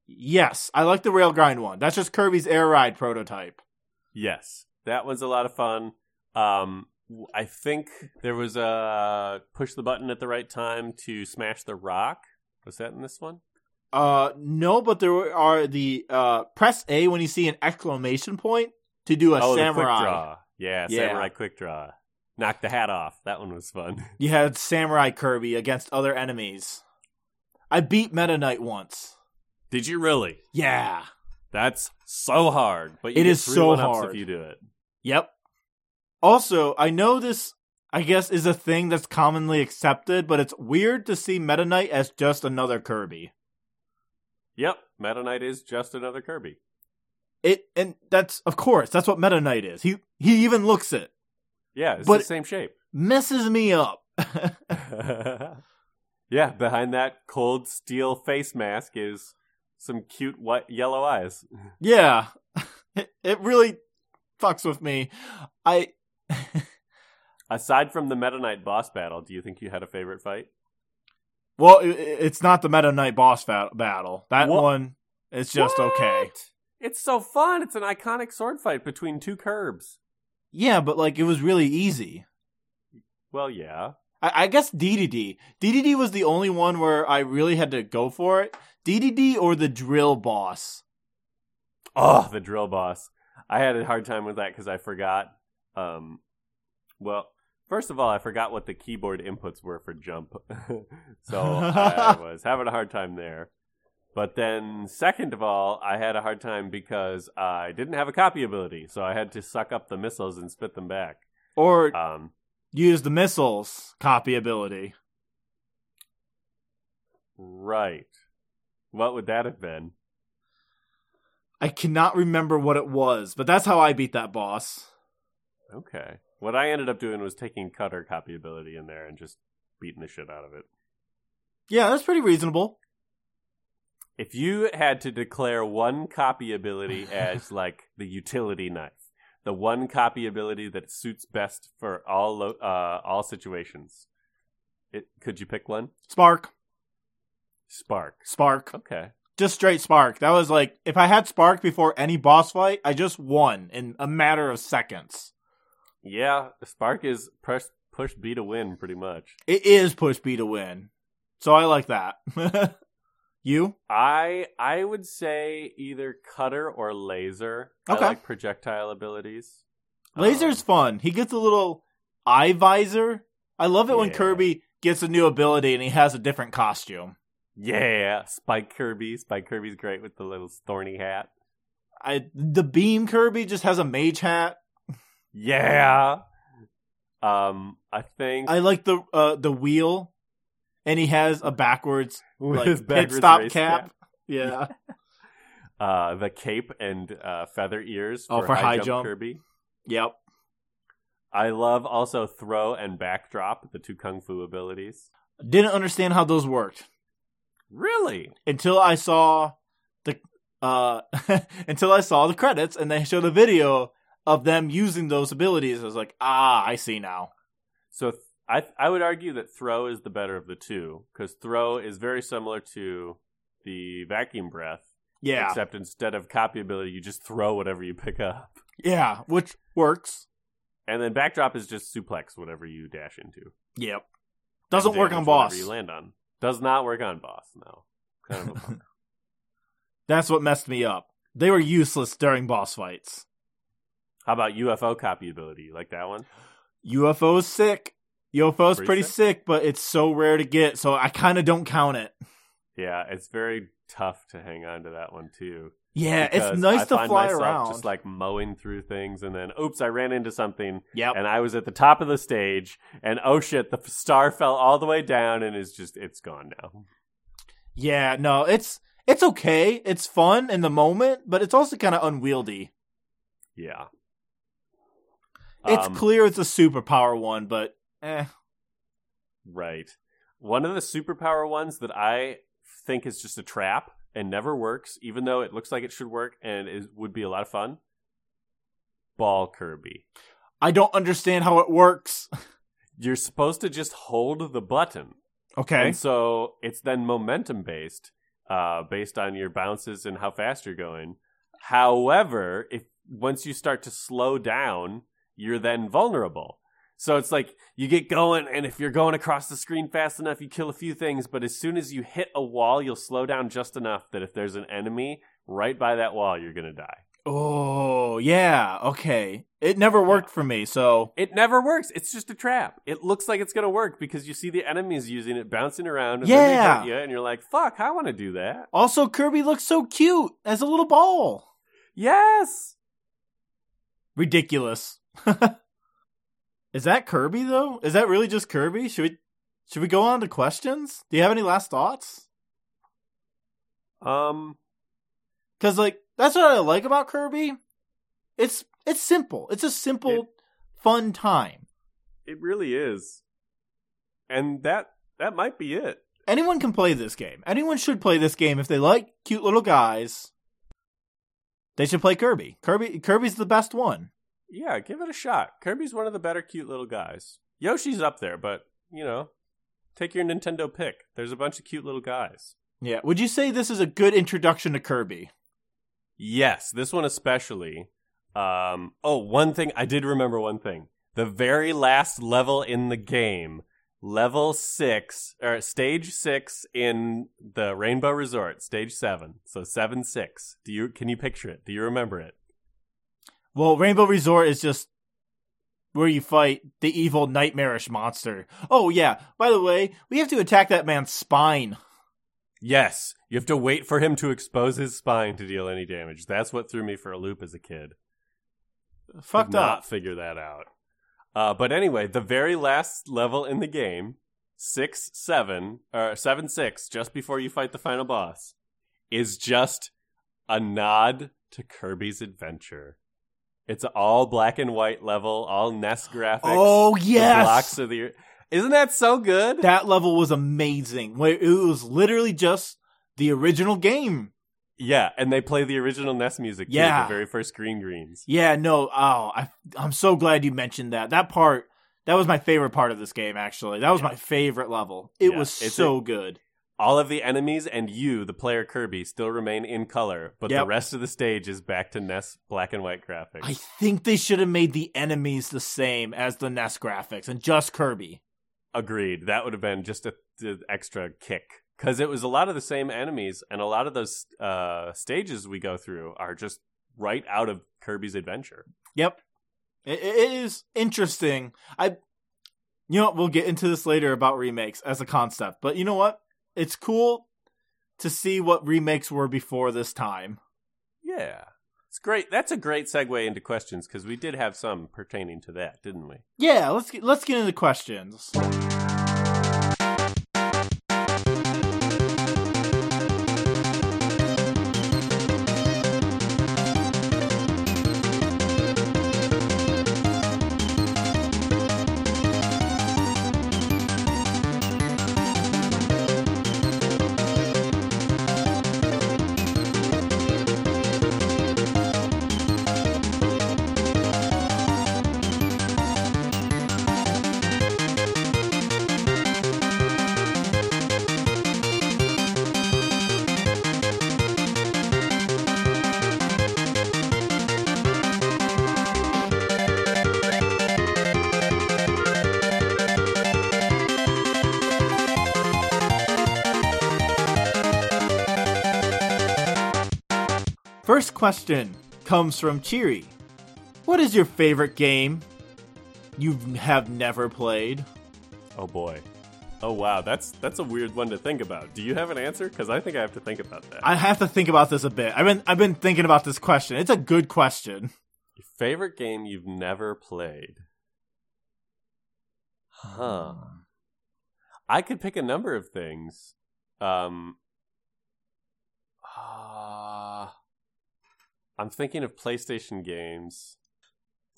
[SPEAKER 2] Yes, I like the rail grind one. That's just Kirby's air ride prototype.
[SPEAKER 1] Yes, that one's a lot of fun. Um, w- I think there was a push the button at the right time to smash the rock. Was that in this one?
[SPEAKER 2] Uh, no, but there were- are the uh press A when you see an exclamation point to do a
[SPEAKER 1] oh, the quick
[SPEAKER 2] samurai.
[SPEAKER 1] draw. Yeah,
[SPEAKER 2] Yeah.
[SPEAKER 1] samurai quick draw. Knock the hat off. That one was fun.
[SPEAKER 2] You had samurai Kirby against other enemies. I beat Meta Knight once.
[SPEAKER 1] Did you really?
[SPEAKER 2] Yeah.
[SPEAKER 1] That's so hard. But you
[SPEAKER 2] It
[SPEAKER 1] get
[SPEAKER 2] is
[SPEAKER 1] three
[SPEAKER 2] so
[SPEAKER 1] one-ups
[SPEAKER 2] hard.
[SPEAKER 1] if you do it.
[SPEAKER 2] Yep. Also, I know this, I guess, is a thing that's commonly accepted, but it's weird to see Meta Knight as just another Kirby.
[SPEAKER 1] Yep, Meta Knight is just another Kirby.
[SPEAKER 2] It and that's of course that's what Meta Knight is. He he even looks it.
[SPEAKER 1] Yeah, it's
[SPEAKER 2] But-
[SPEAKER 1] the same shape.
[SPEAKER 2] Messes me up.
[SPEAKER 1] yeah, behind that cold steel face mask is some cute white yellow eyes.
[SPEAKER 2] yeah. It, it really fucks with me. I
[SPEAKER 1] Aside from the Meta Knight boss battle, do you think you had a favorite fight?
[SPEAKER 2] well, it, it's not the Meta Knight boss fa- battle. That
[SPEAKER 1] What?
[SPEAKER 2] one is just okay.
[SPEAKER 1] What? It's so fun. It's an iconic sword fight between two curbs.
[SPEAKER 2] Yeah, but like it was really easy.
[SPEAKER 1] Well, yeah.
[SPEAKER 2] I, I guess DDD. DDD was the only one where I really had to go for it. DDD or the drill boss.
[SPEAKER 1] Oh, the drill boss. I had a hard time with that because I forgot. Um, well, first of all, I forgot what the keyboard inputs were for jump, so I was having a hard time there. But then, second of all, I had a hard time because I didn't have a copy ability, so I had to suck up the missiles and spit them back.
[SPEAKER 2] Or
[SPEAKER 1] Um,
[SPEAKER 2] use the missiles copy ability.
[SPEAKER 1] right. What would that have been?
[SPEAKER 2] I cannot remember what it was, but that's how I beat that boss.
[SPEAKER 1] Okay. What I ended up doing was taking cutter copy ability in there and just beating the shit out of it.
[SPEAKER 2] Yeah, that's pretty reasonable.
[SPEAKER 1] If you had to declare one copy ability as like the utility knife, the one copy ability that suits best for all lo- uh, all situations, it, could you pick one?
[SPEAKER 2] Spark.
[SPEAKER 1] Spark.
[SPEAKER 2] Spark.
[SPEAKER 1] Okay.
[SPEAKER 2] Just straight Spark. That was like, if I had Spark before any boss fight, I just won in a matter of seconds.
[SPEAKER 1] Yeah, spark is push push B to win pretty much.
[SPEAKER 2] It is push B to win. So I like that. you?
[SPEAKER 1] I I would say either cutter or laser.
[SPEAKER 2] Okay.
[SPEAKER 1] I like projectile abilities.
[SPEAKER 2] Laser's
[SPEAKER 1] Um,
[SPEAKER 2] fun. He gets a little eye visor. I love it when
[SPEAKER 1] Yeah.
[SPEAKER 2] Kirby gets a new ability and he has a different costume.
[SPEAKER 1] Yeah, Spike Kirby. Spike Kirby's great with the little thorny hat.
[SPEAKER 2] I the beam Kirby just has a mage hat.
[SPEAKER 1] Yeah. Um, I think
[SPEAKER 2] I like the uh, the wheel, and he has a backwards
[SPEAKER 1] with
[SPEAKER 2] like
[SPEAKER 1] his
[SPEAKER 2] pit
[SPEAKER 1] backwards
[SPEAKER 2] stop cap.
[SPEAKER 1] race
[SPEAKER 2] Yeah,
[SPEAKER 1] uh, the cape and uh, feather ears.
[SPEAKER 2] Oh,
[SPEAKER 1] for,
[SPEAKER 2] for
[SPEAKER 1] high,
[SPEAKER 2] high
[SPEAKER 1] jump,
[SPEAKER 2] jump.
[SPEAKER 1] Kirby.
[SPEAKER 2] yep.
[SPEAKER 1] I love also throw and backdrop, the two kung fu abilities.
[SPEAKER 2] Didn't understand how those worked
[SPEAKER 1] Really?
[SPEAKER 2] until I saw the uh until I saw the credits and they showed a video of them using those abilities. I was like, ah, I see now.
[SPEAKER 1] So th- I I would argue that throw is the better of the two because throw is very similar to the vacuum breath,
[SPEAKER 2] Yeah,
[SPEAKER 1] except instead of copy ability, you just throw whatever you pick up.
[SPEAKER 2] yeah, which works.
[SPEAKER 1] And then backdrop is just suplex whatever you dash into.
[SPEAKER 2] Yep. Doesn't
[SPEAKER 1] And
[SPEAKER 2] work
[SPEAKER 1] damage
[SPEAKER 2] on boss.
[SPEAKER 1] whatever You land on. Does not work on boss. No. Kind of a bummer.
[SPEAKER 2] That's what messed me up. They were useless during boss fights.
[SPEAKER 1] How about UFO copy ability? You like that one?
[SPEAKER 2] UFO's sick. UFO's
[SPEAKER 1] Pretty
[SPEAKER 2] pretty, sick? but it's so rare to get, so I kind of don't count it.
[SPEAKER 1] Yeah, it's very tough to hang on to that one too.
[SPEAKER 2] Yeah,
[SPEAKER 1] because
[SPEAKER 2] it's nice
[SPEAKER 1] I
[SPEAKER 2] to
[SPEAKER 1] find
[SPEAKER 2] fly
[SPEAKER 1] myself
[SPEAKER 2] around.
[SPEAKER 1] Just like mowing through things, and then oops, I ran into something,
[SPEAKER 2] yep.
[SPEAKER 1] and I was at the top of the stage, and oh shit, the f- star fell all the way down, and is just it's gone now.
[SPEAKER 2] yeah, no, it's it's okay. It's fun in the moment, but it's also kind of unwieldy.
[SPEAKER 1] Yeah,
[SPEAKER 2] It's
[SPEAKER 1] Um,
[SPEAKER 2] clear it's a superpower one, but eh.
[SPEAKER 1] Right. One of the superpower ones that I think is just a trap and never works, even though it looks like it should work and is would be a lot of fun. Ball Kirby.
[SPEAKER 2] I don't understand how it works.
[SPEAKER 1] You're supposed to just hold the button.
[SPEAKER 2] Okay.
[SPEAKER 1] And so it's then momentum based, uh, based on your bounces and how fast you're going. However, if once you start to slow down, you're then vulnerable. So it's like you get going, and if you're going across the screen fast enough, you kill a few things. But as soon as you hit a wall, you'll slow down just enough that if there's an enemy right by that wall, you're going to die.
[SPEAKER 2] Oh, yeah. Okay. It never worked for me, so
[SPEAKER 1] It never works. It's just a trap. It looks like it's going to work because you see the enemies using it, bouncing around, and
[SPEAKER 2] Yeah.
[SPEAKER 1] then they hurt you, and you're like, fuck, I want to do that.
[SPEAKER 2] also Kirby looks so cute as a little ball.
[SPEAKER 1] Yes.
[SPEAKER 2] Ridiculous. Is that Kirby though? Is that really just Kirby? Should we should we go on to questions? Do you have any last thoughts?
[SPEAKER 1] Um,
[SPEAKER 2] Cuz like that's what I like about Kirby. It's it's simple. It's a simple fun time.
[SPEAKER 1] it really is. And that that might be it.
[SPEAKER 2] Anyone can play this game. Anyone should play this game if they like cute little guys. They should play Kirby. Kirby Kirby's the best one.
[SPEAKER 1] Yeah, give it a shot. Kirby's one of the better cute little guys. Yoshi's up there, but, you know, take your Nintendo pick. There's a bunch of cute little guys.
[SPEAKER 2] Yeah. Would you say this is a good introduction to Kirby?
[SPEAKER 1] Yes, this one especially. Um, oh, one thing I did remember one thing. The very last level in the game, level 6 or stage 6 in the Rainbow Resort, stage 7. So 7 6. Do you can you picture it? Do you remember it?
[SPEAKER 2] Well, Rainbow Resort is just where you fight the evil nightmarish monster. Oh yeah. By the way, we have to attack that man's spine.
[SPEAKER 1] Yes, you have to wait for him to expose his spine to deal any damage. That's what threw me for a loop as a kid.
[SPEAKER 2] Fucked
[SPEAKER 1] Did not
[SPEAKER 2] up.
[SPEAKER 1] figure that out. Uh, but anyway, the very last level in the game, six seven or seven six, just before you fight the final boss, is just a nod to Kirby's Adventure. It's an all black and white level, all NES graphics.
[SPEAKER 2] Oh
[SPEAKER 1] the blocks
[SPEAKER 2] yes.
[SPEAKER 1] of the. e-, Isn't that so good?
[SPEAKER 2] That level was amazing. Where it was literally just the original game.
[SPEAKER 1] yeah, and they play the original NES music. too,
[SPEAKER 2] Yeah.
[SPEAKER 1] the very first Green Greens.
[SPEAKER 2] Yeah, no. Oh, I I'm so glad you mentioned that. That part that was my favorite part of this game actually. That was my favorite level. It
[SPEAKER 1] Yeah,
[SPEAKER 2] was
[SPEAKER 1] it's
[SPEAKER 2] so good.
[SPEAKER 1] All of the enemies and you, the player Kirby, still remain in color, but the
[SPEAKER 2] Yep.
[SPEAKER 1] rest of the stage is back to NES black and white graphics.
[SPEAKER 2] I think they should have made the enemies the same as the NES graphics and just Kirby.
[SPEAKER 1] Agreed. That would have been just a, an extra kick because it was a lot of the same enemies, and a lot of those uh, stages we go through are just right out of Kirby's Adventure.
[SPEAKER 2] Yep. It, it is interesting. I you know, what, we'll get into this later about remakes as a concept, but you know what? It's cool to see what remakes were before this time.
[SPEAKER 1] Yeah, it's great. That's a great segue into questions because we did have some pertaining to that, didn't we?
[SPEAKER 2] Yeah, let's get, let's get into questions. First question comes from Cheery. What is your favorite game you have never played?
[SPEAKER 1] Oh boy. Oh wow, that's that's a weird one to think about. Do you have an answer? Because I think I have to think about that.
[SPEAKER 2] I have to think about this a bit. I've been I've been thinking about this question. It's a good question.
[SPEAKER 1] Your favorite game you've never played? Huh.
[SPEAKER 2] Hmm.
[SPEAKER 1] I could pick a number of things. Um, ah, I'm thinking of PlayStation games.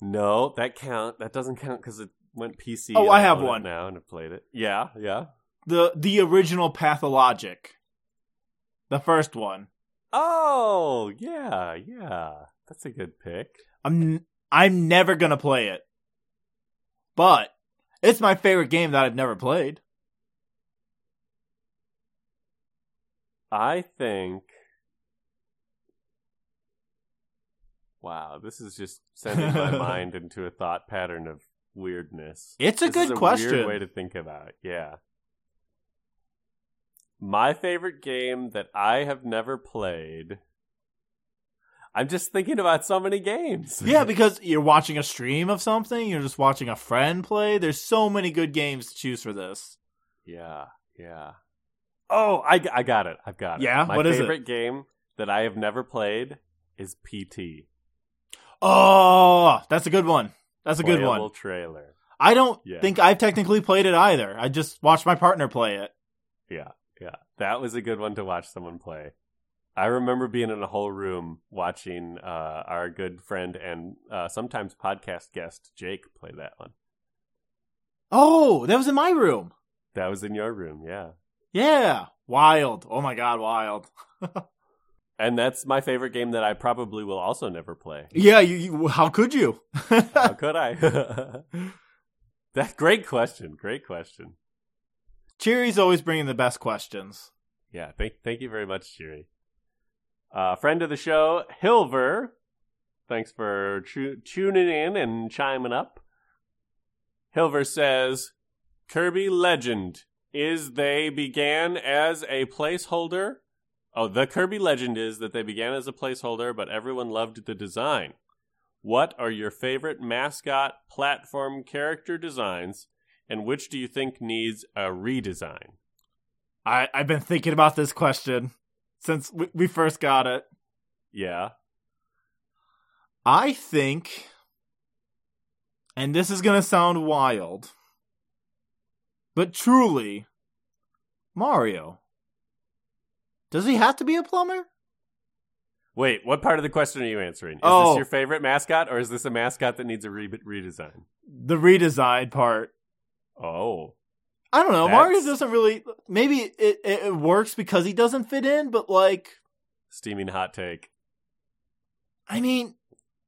[SPEAKER 1] No, that count. That doesn't count because it went PC.
[SPEAKER 2] Oh,
[SPEAKER 1] and
[SPEAKER 2] I have
[SPEAKER 1] own it
[SPEAKER 2] one.
[SPEAKER 1] now and have played it. Yeah, yeah.
[SPEAKER 2] The the original Pathologic. The first one.
[SPEAKER 1] Oh, yeah, yeah. That's a good pick.
[SPEAKER 2] I'm I'm never gonna play it. But it's my favorite game that I've never played.
[SPEAKER 1] I think. Wow, this is just sending my mind into a thought pattern of weirdness.
[SPEAKER 2] It's a
[SPEAKER 1] This
[SPEAKER 2] good
[SPEAKER 1] is
[SPEAKER 2] question.
[SPEAKER 1] Weird way to think about it. Yeah. My favorite game that I have never played. I'm just thinking about so many games.
[SPEAKER 2] yeah, because you're watching a stream of something, you're just watching a friend play. There's so many good games to choose for this.
[SPEAKER 1] Yeah, yeah. Oh, I, g- I got it. I've got it.
[SPEAKER 2] Yeah?
[SPEAKER 1] My
[SPEAKER 2] What is it?
[SPEAKER 1] favorite game that I have never played is PT.
[SPEAKER 2] Oh, that's a good one. That's a good one.
[SPEAKER 1] Trailer.
[SPEAKER 2] I don't
[SPEAKER 1] Yeah.
[SPEAKER 2] think I've technically played it either. I just watched my partner play it.
[SPEAKER 1] Yeah, yeah. That was a good one to watch someone play. I remember being in a whole room watching uh, our good friend and uh, sometimes podcast guest Jake play that one.
[SPEAKER 2] Oh, that was in my room.
[SPEAKER 1] That was in your room, yeah.
[SPEAKER 2] Yeah. Wild. Oh my god, wild.
[SPEAKER 1] And that's my favorite game that I probably will also never play.
[SPEAKER 2] Yeah, you, you how could you?
[SPEAKER 1] How could I? that great question. Great question.
[SPEAKER 2] Cheery's always bringing the best questions.
[SPEAKER 1] Yeah, thank thank you very much, Jerry. Uh, friend of the show, Hilver. Thanks for tu- tuning in and chiming up. Hilver says, Kirby Legend is they began as a placeholder. Oh, the Kirby Legend is that they began as a placeholder, but everyone loved the design. What are your favorite mascot platform character designs, and which do you think needs a redesign?
[SPEAKER 2] I, I've been thinking about this question since we, we first got it.
[SPEAKER 1] Yeah.
[SPEAKER 2] I think, and this is going to sound wild, but truly, Mario. Does he have to be a plumber?
[SPEAKER 1] Wait, what part of the question are you answering? Is
[SPEAKER 2] Oh.
[SPEAKER 1] this your favorite mascot, or is this a mascot that needs a re- redesign?
[SPEAKER 2] The redesign part.
[SPEAKER 1] Oh,
[SPEAKER 2] I don't know.
[SPEAKER 1] That's-
[SPEAKER 2] Mario doesn't really. Maybe it, it, it works because he doesn't fit in, but like,
[SPEAKER 1] steaming hot take,
[SPEAKER 2] I mean,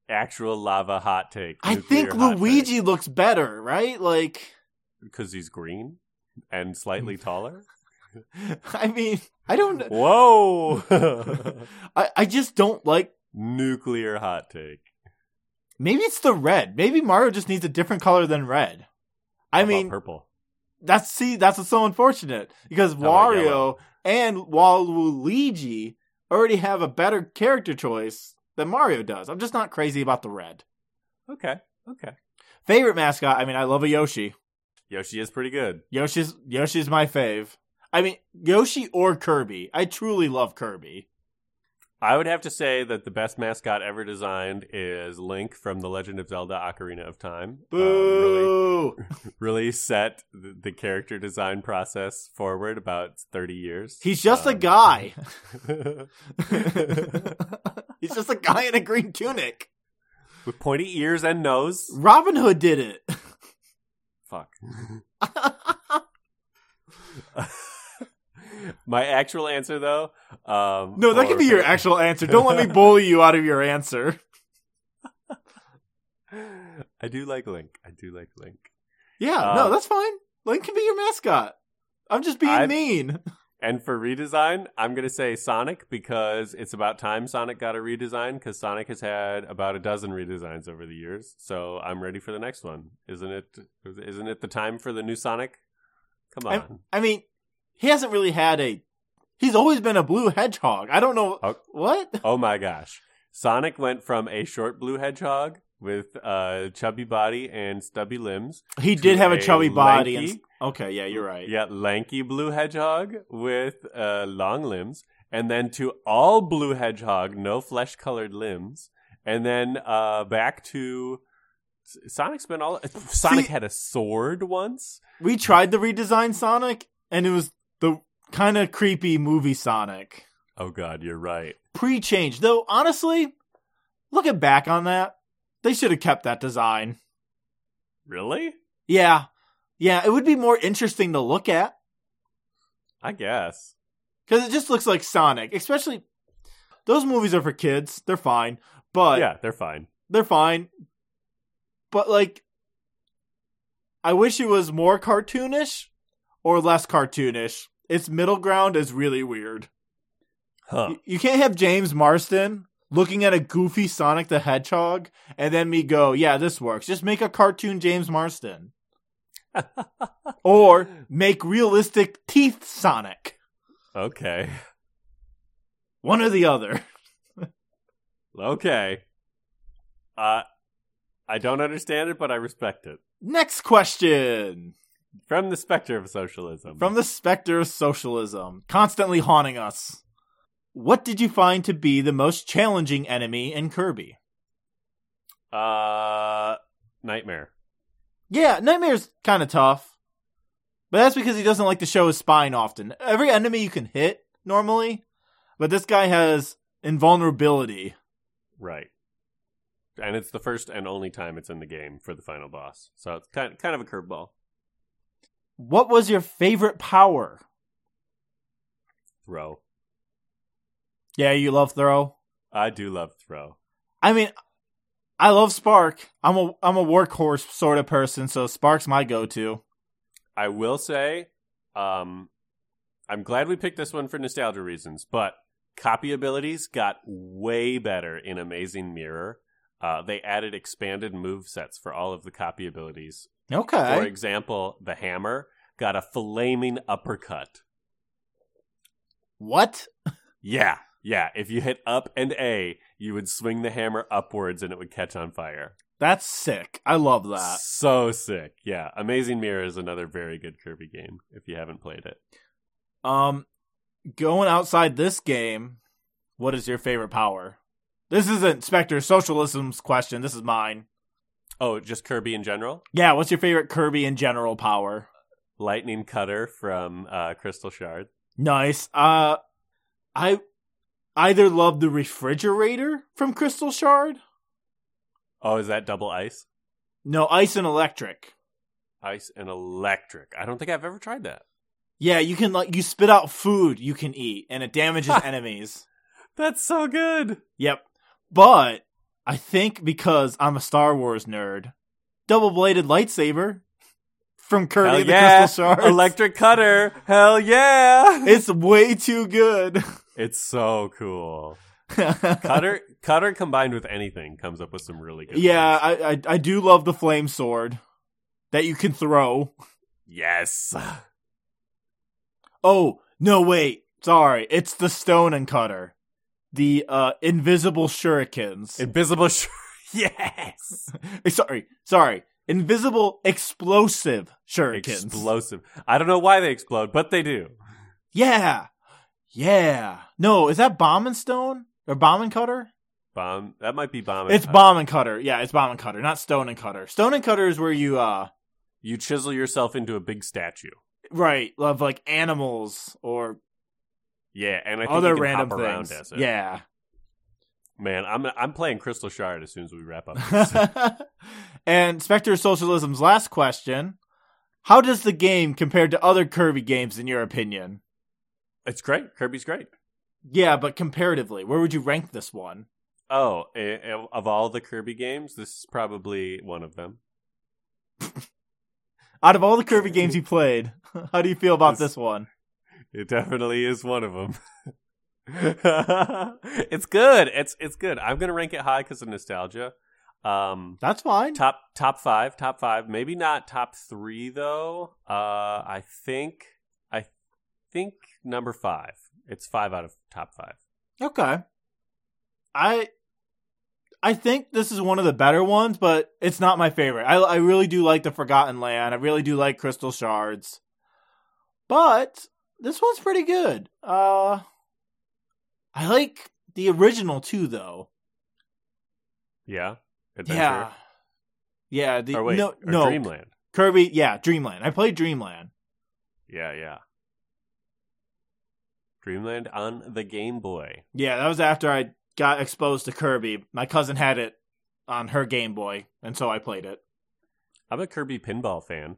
[SPEAKER 1] actual lava hot take.
[SPEAKER 2] I think Luigi looks better, right? Like,
[SPEAKER 1] because he's green and slightly taller.
[SPEAKER 2] I mean, I don't.
[SPEAKER 1] Whoa,
[SPEAKER 2] I, I just don't like.
[SPEAKER 1] nuclear hot take.
[SPEAKER 2] Maybe it's the red. Maybe Mario just needs a different color than red. I
[SPEAKER 1] How about
[SPEAKER 2] mean,
[SPEAKER 1] purple.
[SPEAKER 2] that's see, that's what's so unfortunate because
[SPEAKER 1] about
[SPEAKER 2] Wario
[SPEAKER 1] yellow?
[SPEAKER 2] and Waluigi already have a better character choice than Mario does. I'm just not crazy about the red.
[SPEAKER 1] Okay, okay.
[SPEAKER 2] Favorite mascot? I mean, I love a Yoshi.
[SPEAKER 1] Yoshi is pretty good.
[SPEAKER 2] Yoshi's Yoshi's my fave. I mean, Yoshi or Kirby. I truly love Kirby.
[SPEAKER 1] I would have to say that the best mascot ever designed is Link from The Legend of Zelda: Ocarina of Time. Um, really
[SPEAKER 2] Boo!
[SPEAKER 1] really set the, the character design process forward about 30 years.
[SPEAKER 2] He's just a
[SPEAKER 1] Um,
[SPEAKER 2] guy. He's just a guy in a green tunic.
[SPEAKER 1] with pointy ears and nose.
[SPEAKER 2] Robin Hood did it.
[SPEAKER 1] Fuck. My actual answer though, um
[SPEAKER 2] No, that
[SPEAKER 1] for-
[SPEAKER 2] could be your actual answer. Don't let me bully you out of your answer.
[SPEAKER 1] I do like Link. I do like Link.
[SPEAKER 2] Yeah,
[SPEAKER 1] Uh,
[SPEAKER 2] no, that's fine. Link can be your mascot. I'm just being
[SPEAKER 1] I-
[SPEAKER 2] mean.
[SPEAKER 1] And for redesign, I'm going to say Sonic because it's about time Sonic got a redesign because Sonic has had about a dozen redesigns over the years. So I'm ready for the next one. Isn't it? Isn't it the time for the new Sonic? Come
[SPEAKER 2] I'm-
[SPEAKER 1] on.
[SPEAKER 2] I mean, he hasn't really had a. He's always been a blue hedgehog. I don't know
[SPEAKER 1] Oh.
[SPEAKER 2] what.
[SPEAKER 1] oh my gosh. Sonic went from a short blue hedgehog with a chubby body and stubby limbs.
[SPEAKER 2] He did have a
[SPEAKER 1] a
[SPEAKER 2] chubby body. And,
[SPEAKER 1] lanky-
[SPEAKER 2] okay, yeah, you're right.
[SPEAKER 1] Yeah, lanky blue hedgehog with uh, long limbs, and then to all blue hedgehog, no flesh colored limbs, and then uh, back to S- Sonic's been all. Sonic had a sword once.
[SPEAKER 2] We tried to redesign Sonic, and it was the kind of creepy movie Sonic
[SPEAKER 1] Oh God, you're right.
[SPEAKER 2] pre-change. Though honestly, looking back on that, they should have kept that design.
[SPEAKER 1] Really?
[SPEAKER 2] Yeah. Yeah, it would be more interesting to look at.
[SPEAKER 1] I guess.
[SPEAKER 2] because it just looks like Sonic. Especially those movies are for kids; they're fine, but
[SPEAKER 1] yeah, they're fine.
[SPEAKER 2] they're fine. But like, I wish it was more cartoonish or less cartoonish. Its middle ground is really weird.
[SPEAKER 1] Huh.
[SPEAKER 2] You- You can't have James Marston looking at a goofy Sonic the Hedgehog and then me go, yeah, this works. Just make a cartoon James Marston. or make realistic teeth Sonic.
[SPEAKER 1] Okay.
[SPEAKER 2] One or the other.
[SPEAKER 1] Okay. Uh I don't understand it, but I respect it.
[SPEAKER 2] Next question
[SPEAKER 1] From the specter of socialism.
[SPEAKER 2] from the specter of socialism, constantly haunting us. What did you find to be the most challenging enemy in Kirby?
[SPEAKER 1] uh nightmare.
[SPEAKER 2] Yeah, Nightmare's kind of tough. But that's because he doesn't like to show his spine often. Every enemy you can hit normally, but this guy has invulnerability.
[SPEAKER 1] Right. And it's the first and only time it's in the game for the final boss. So it's kind kind of a curveball.
[SPEAKER 2] What was your favorite power?
[SPEAKER 1] Throw.
[SPEAKER 2] Yeah, you love throw.
[SPEAKER 1] I do love throw.
[SPEAKER 2] I mean, I love Spark. I'm a I'm a workhorse sort of person, so Spark's my go-to.
[SPEAKER 1] I will say, um, I'm glad we picked this one for nostalgia reasons, but copy abilities got way better in Amazing Mirror. Uh, they added expanded move sets for all of the copy abilities.
[SPEAKER 2] Okay.
[SPEAKER 1] For example, the hammer got a flaming uppercut.
[SPEAKER 2] what?
[SPEAKER 1] Yeah, yeah. If you hit up and A, you would swing the hammer upwards and it would catch on fire.
[SPEAKER 2] That's sick. I love that.
[SPEAKER 1] So sick. Yeah. Amazing Mirror is another very good Kirby game if you haven't played it.
[SPEAKER 2] Um, going outside this game, what is your favorite power? This isn't Spectre Socialism's question. This is mine.
[SPEAKER 1] Oh, just Kirby in general?
[SPEAKER 2] Yeah, what's your favorite Kirby in general power?
[SPEAKER 1] lightning cutter from uh, Crystal Shard.
[SPEAKER 2] Nice. Uh, I either love the refrigerator from Crystal Shard.
[SPEAKER 1] Oh, is that double ice?
[SPEAKER 2] No, ice and electric.
[SPEAKER 1] Ice and electric. I don't think I've ever tried that.
[SPEAKER 2] Yeah, you can like you spit out food you can eat, and it damages enemies.
[SPEAKER 1] That's so good.
[SPEAKER 2] Yep. But I think because I'm a Star Wars nerd, double bladed lightsaber from Kirby
[SPEAKER 1] Hell
[SPEAKER 2] and the
[SPEAKER 1] yeah.
[SPEAKER 2] Crystal Shards.
[SPEAKER 1] Electric cutter. Hell yeah.
[SPEAKER 2] it's way too good.
[SPEAKER 1] It's so cool. Cutter cutter combined with anything comes up with some really good.
[SPEAKER 2] yeah,
[SPEAKER 1] ones.
[SPEAKER 2] I, I I do love the flame sword that you can throw.
[SPEAKER 1] Yes.
[SPEAKER 2] Oh, no wait. Sorry. It's the stone and cutter. The uh invisible shurikens. Eh,
[SPEAKER 1] Invisible sh- Yes.
[SPEAKER 2] sorry. Sorry. Invisible explosive shurikens.
[SPEAKER 1] Explosive. I don't know why they explode, but they do.
[SPEAKER 2] Yeah. Yeah. No, is that bomb and stone? Or bomb and cutter?
[SPEAKER 1] Bomb. That might be bomb. Uh, and
[SPEAKER 2] It's
[SPEAKER 1] cutter.
[SPEAKER 2] bomb and cutter. Yeah, it's bomb and cutter, not stone and cutter. Stone and cutter is where you uh
[SPEAKER 1] You chisel yourself into a big statue.
[SPEAKER 2] right, love like animals or
[SPEAKER 1] Yeah, and I think
[SPEAKER 2] other
[SPEAKER 1] you can
[SPEAKER 2] random
[SPEAKER 1] hop around
[SPEAKER 2] things.
[SPEAKER 1] as it.
[SPEAKER 2] Yeah.
[SPEAKER 1] Man, I'm I'm playing Crystal Shard as soon as we wrap up.
[SPEAKER 2] and Spectre of Socialism's last question. How does the game compare to other Kirby games in your opinion?
[SPEAKER 1] it's great. Kirby's great.
[SPEAKER 2] Yeah, but comparatively, where would you rank this one?
[SPEAKER 1] Oh, eh, eh, of all the Kirby games, this is probably one of them.
[SPEAKER 2] Out of all the Kirby games you played, how do you feel about
[SPEAKER 1] This-
[SPEAKER 2] this one?
[SPEAKER 1] It definitely is one of them. it's good. It's it's good. I'm gonna rank it high because of nostalgia. Um,
[SPEAKER 2] That's fine.
[SPEAKER 1] top top five, top five. Maybe not top three though. Uh, I think I think number five. It's five out of top five.
[SPEAKER 2] Okay. I I think this is one of the better ones, but it's not my favorite. I I really do like the Forgotten Land. I really do like Crystal Shards. But this one's pretty good. Uh I like the original too though.
[SPEAKER 1] Yeah.
[SPEAKER 2] Yeah. Yeah, the
[SPEAKER 1] Or wait,
[SPEAKER 2] no
[SPEAKER 1] or
[SPEAKER 2] no
[SPEAKER 1] Dreamland.
[SPEAKER 2] Kirby, yeah, Dreamland. I played Dreamland.
[SPEAKER 1] Yeah, yeah. Dreamland on the Game Boy.
[SPEAKER 2] Yeah, that was after I got exposed to Kirby. My cousin had it on her Game Boy, and so I played it.
[SPEAKER 1] I'm a Kirby pinball fan.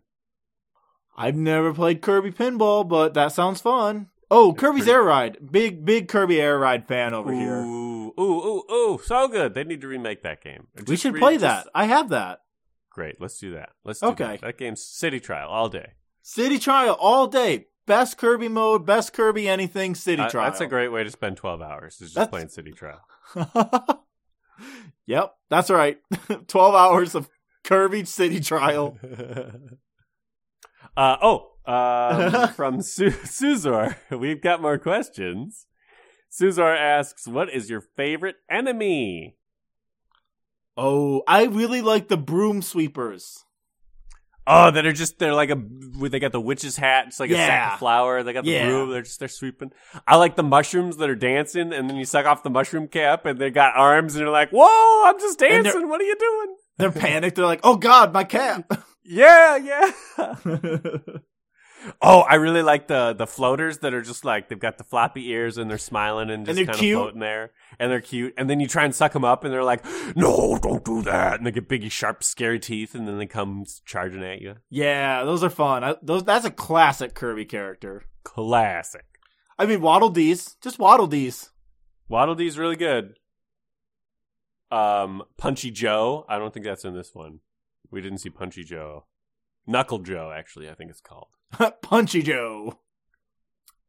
[SPEAKER 2] I've never played Kirby Pinball, but that sounds fun. Oh,
[SPEAKER 1] It's
[SPEAKER 2] Kirby's
[SPEAKER 1] pretty-
[SPEAKER 2] Air Ride. Big, big Kirby Air Ride fan over here.
[SPEAKER 1] Ooh, ooh, ooh, ooh! So good. They need to remake that game.
[SPEAKER 2] We
[SPEAKER 1] Just
[SPEAKER 2] should
[SPEAKER 1] re-
[SPEAKER 2] play
[SPEAKER 1] just-
[SPEAKER 2] that. I have that.
[SPEAKER 1] Great. Let's do that. Let's do
[SPEAKER 2] Okay.
[SPEAKER 1] That. that game's City Trial all day.
[SPEAKER 2] City Trial all day. Best Kirby mode, best Kirby anything, City
[SPEAKER 1] Uh,
[SPEAKER 2] Trial.
[SPEAKER 1] That's a great way to spend twelve hours. Is just
[SPEAKER 2] That's-
[SPEAKER 1] playing City Trial.
[SPEAKER 2] yep, that's right. 12 hours of Kirby City Trial.
[SPEAKER 1] uh, oh, um, from Su- Suzor, we've got more questions. Suzor asks, "What is your favorite enemy?"
[SPEAKER 2] Oh, I really like the broom sweepers.
[SPEAKER 1] Oh, that are just they're like a they got the witch's hat, it's like a sack
[SPEAKER 2] Yeah.
[SPEAKER 1] of flour. They got the
[SPEAKER 2] Yeah.
[SPEAKER 1] broom. They're just they're sweeping. I like the mushrooms that are dancing, and then you suck off the mushroom cap, and they got arms, and you're like, "Whoa, I'm just
[SPEAKER 2] And they're-
[SPEAKER 1] dancing. What are you doing?"
[SPEAKER 2] They're panicked. They're like, oh God, my cap.
[SPEAKER 1] Yeah, yeah. Oh, I really like the the floaters that are just like they've got the floppy ears and they're smiling and just
[SPEAKER 2] they're
[SPEAKER 1] kind
[SPEAKER 2] cute.
[SPEAKER 1] of floating there, and they're cute. And then you try and suck them up, and they're like, "No, don't do that!" And they get biggie, sharp, scary teeth, and then they come charging at you.
[SPEAKER 2] yeah, those are fun. I, those That's a classic Kirby character.
[SPEAKER 1] Classic.
[SPEAKER 2] I mean, Waddle Dees. Just Waddle Dees.
[SPEAKER 1] Waddle Dee's really good. Um, Punchy Joe. I don't think that's in this one. We didn't see Punchy Joe. Knuckle Joe, actually, I think it's called.
[SPEAKER 2] Punchy Joe.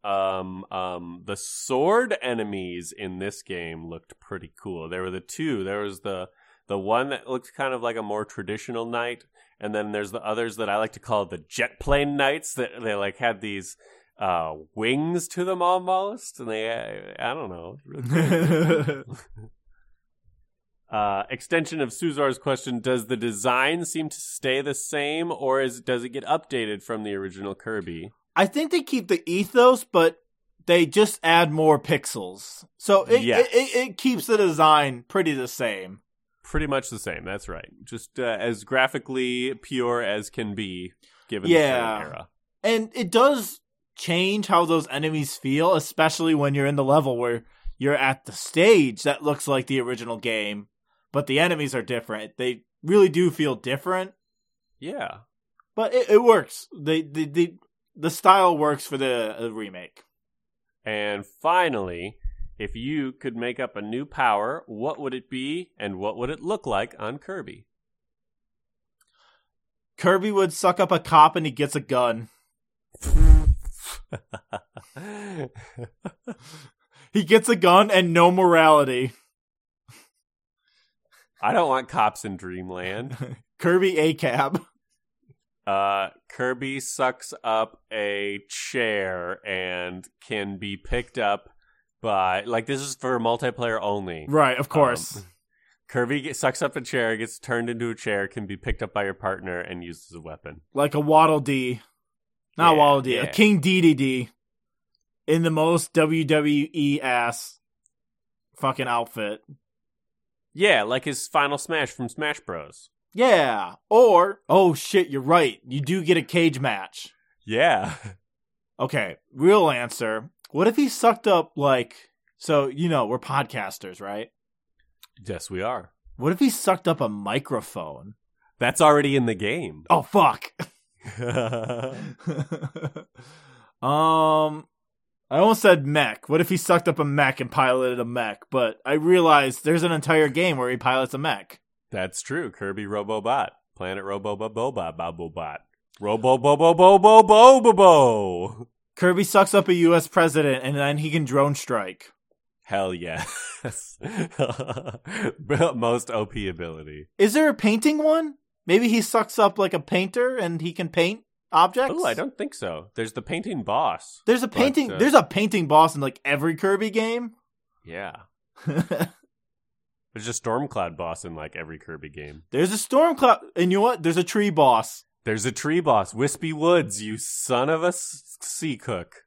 [SPEAKER 1] um um the sword enemies in this game looked pretty cool there were the two there was the the one that looked kind of like a more traditional knight and then there's the others that i like to call the jet plane knights that they like had these uh wings to them almost and they i, I don't know uh extension of suzar's question does the design seem to stay the same or is does it get updated from the original kirby
[SPEAKER 2] I think they keep the ethos, but they just add more pixels. So it,
[SPEAKER 1] Yes.
[SPEAKER 2] it, it, it keeps the design pretty the same.
[SPEAKER 1] pretty much the same. That's right. Just uh, as graphically pure as can be, given the
[SPEAKER 2] Yeah.
[SPEAKER 1] current era.
[SPEAKER 2] And it does change how those enemies feel, especially when you're in the level where you're at the stage that looks like the original game, but the enemies are different. They really do feel different,
[SPEAKER 1] Yeah.
[SPEAKER 2] but it, it works. They, the the the style works for the uh, remake.
[SPEAKER 1] And finally, if you could make up a new power, what would it be, and what would it look like on Kirby?
[SPEAKER 2] Kirby would suck up a cop and he gets a gun. He gets a gun and no morality.
[SPEAKER 1] I don't want cops in Dreamland.
[SPEAKER 2] Kirby A cab.
[SPEAKER 1] Uh, Kirby sucks up a chair and can be picked up by like this is for multiplayer only.
[SPEAKER 2] Right, of course.
[SPEAKER 1] Um, Kirby get, sucks up a chair, gets turned into a chair, can be picked up by your partner, and used as a weapon.
[SPEAKER 2] like a Waddle D. Not
[SPEAKER 1] Yeah,
[SPEAKER 2] Waddle D, a
[SPEAKER 1] yeah.
[SPEAKER 2] King DDD in the most WWE ass fucking outfit.
[SPEAKER 1] Yeah, like his final smash from Smash Bros.
[SPEAKER 2] Yeah. Or, oh shit, you're right. You do get a cage match.
[SPEAKER 1] Yeah.
[SPEAKER 2] Okay, real answer. What if he sucked up, like, so, you know, we're podcasters, right?
[SPEAKER 1] Yes, we are.
[SPEAKER 2] What if he sucked up a microphone?
[SPEAKER 1] That's already in the game.
[SPEAKER 2] Oh, fuck.
[SPEAKER 1] I
[SPEAKER 2] um, I almost said mech. What if he sucked up a mech and piloted a mech? But I realized there's an entire game where he pilots a mech.
[SPEAKER 1] That's true. Kirby Robobot. Planet Robobot Bobot Bobobot. Robo Bobo Bobo Bobo.
[SPEAKER 2] Kirby sucks up a U.S. president, and then he can drone strike.
[SPEAKER 1] Hell yes. Most OP ability.
[SPEAKER 2] Is there a painting one? Maybe he sucks up like a painter, and he can paint objects.
[SPEAKER 1] Oh, I don't think so. There's the painting boss.
[SPEAKER 2] There's a
[SPEAKER 1] But,
[SPEAKER 2] painting.
[SPEAKER 1] uh,
[SPEAKER 2] there's a painting boss in like every Kirby game.
[SPEAKER 1] Yeah. There's a Stormcloud boss in like every Kirby game.
[SPEAKER 2] there's a storm cloud, and you know what? There's a tree boss.
[SPEAKER 1] There's a tree boss, Wispy Woods, you son of a s- sea cook.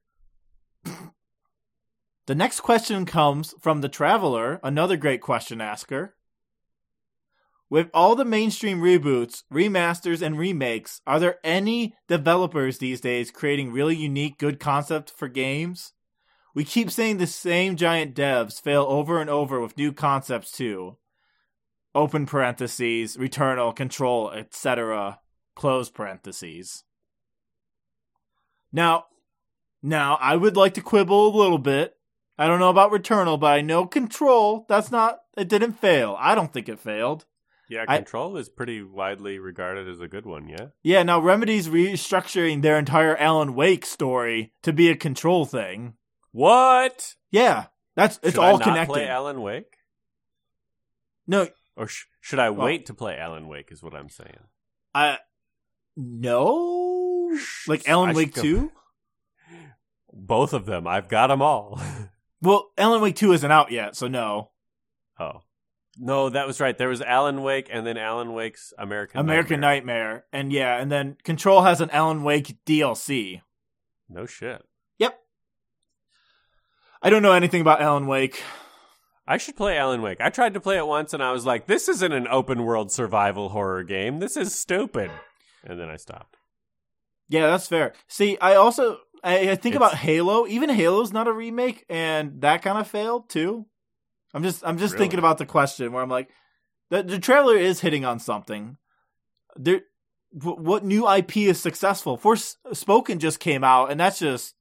[SPEAKER 2] The next question comes from the Traveler, another great question asker. With all the mainstream reboots, remasters, and remakes, are there any developers these days creating really unique, good concept for games? We keep saying the same giant devs fail over and over with new concepts too. Open parentheses, Returnal, Control, etc. Close parentheses. Now, Now, I would like to quibble a little bit. I don't know about Returnal, but I know Control. That's not. It didn't fail. I don't think it failed.
[SPEAKER 1] Yeah,
[SPEAKER 2] I-
[SPEAKER 1] Control is pretty widely regarded as a good one, yeah?
[SPEAKER 2] Yeah, now Remedy's restructuring their entire Alan Wake story to be a Control thing.
[SPEAKER 1] What?
[SPEAKER 2] Yeah, that's it's
[SPEAKER 1] Should I
[SPEAKER 2] all
[SPEAKER 1] not
[SPEAKER 2] connected.
[SPEAKER 1] play Alan Wake?
[SPEAKER 2] no,
[SPEAKER 1] Or sh- should I
[SPEAKER 2] Well-
[SPEAKER 1] wait to play Alan Wake, is what I'm saying.
[SPEAKER 2] I no, like
[SPEAKER 1] I
[SPEAKER 2] Alan
[SPEAKER 1] should
[SPEAKER 2] Wake
[SPEAKER 1] go-
[SPEAKER 2] two.
[SPEAKER 1] Both of them. I've got them all.
[SPEAKER 2] Well, Alan Wake two isn't out yet, so no.
[SPEAKER 1] oh. No, that was right. There was Alan Wake and then Alan Wake's American
[SPEAKER 2] American
[SPEAKER 1] Nightmare.
[SPEAKER 2] Nightmare. and yeah, and then Control has an Alan Wake DLC.
[SPEAKER 1] No shit.
[SPEAKER 2] I don't know anything about Alan Wake.
[SPEAKER 1] I should play Alan Wake. I tried to play it once and I was like, this isn't an open world survival horror game. This is stupid. And then I stopped.
[SPEAKER 2] Yeah, that's fair. See, I also I, I think
[SPEAKER 1] It's-
[SPEAKER 2] about Halo. Even Halo's not a remake, and that kind of failed too. I'm just I'm just
[SPEAKER 1] Really?
[SPEAKER 2] thinking about the question where I'm like, the the trailer is hitting on something. There, wh- what new IP is successful? Force Spoken just came out, and that's just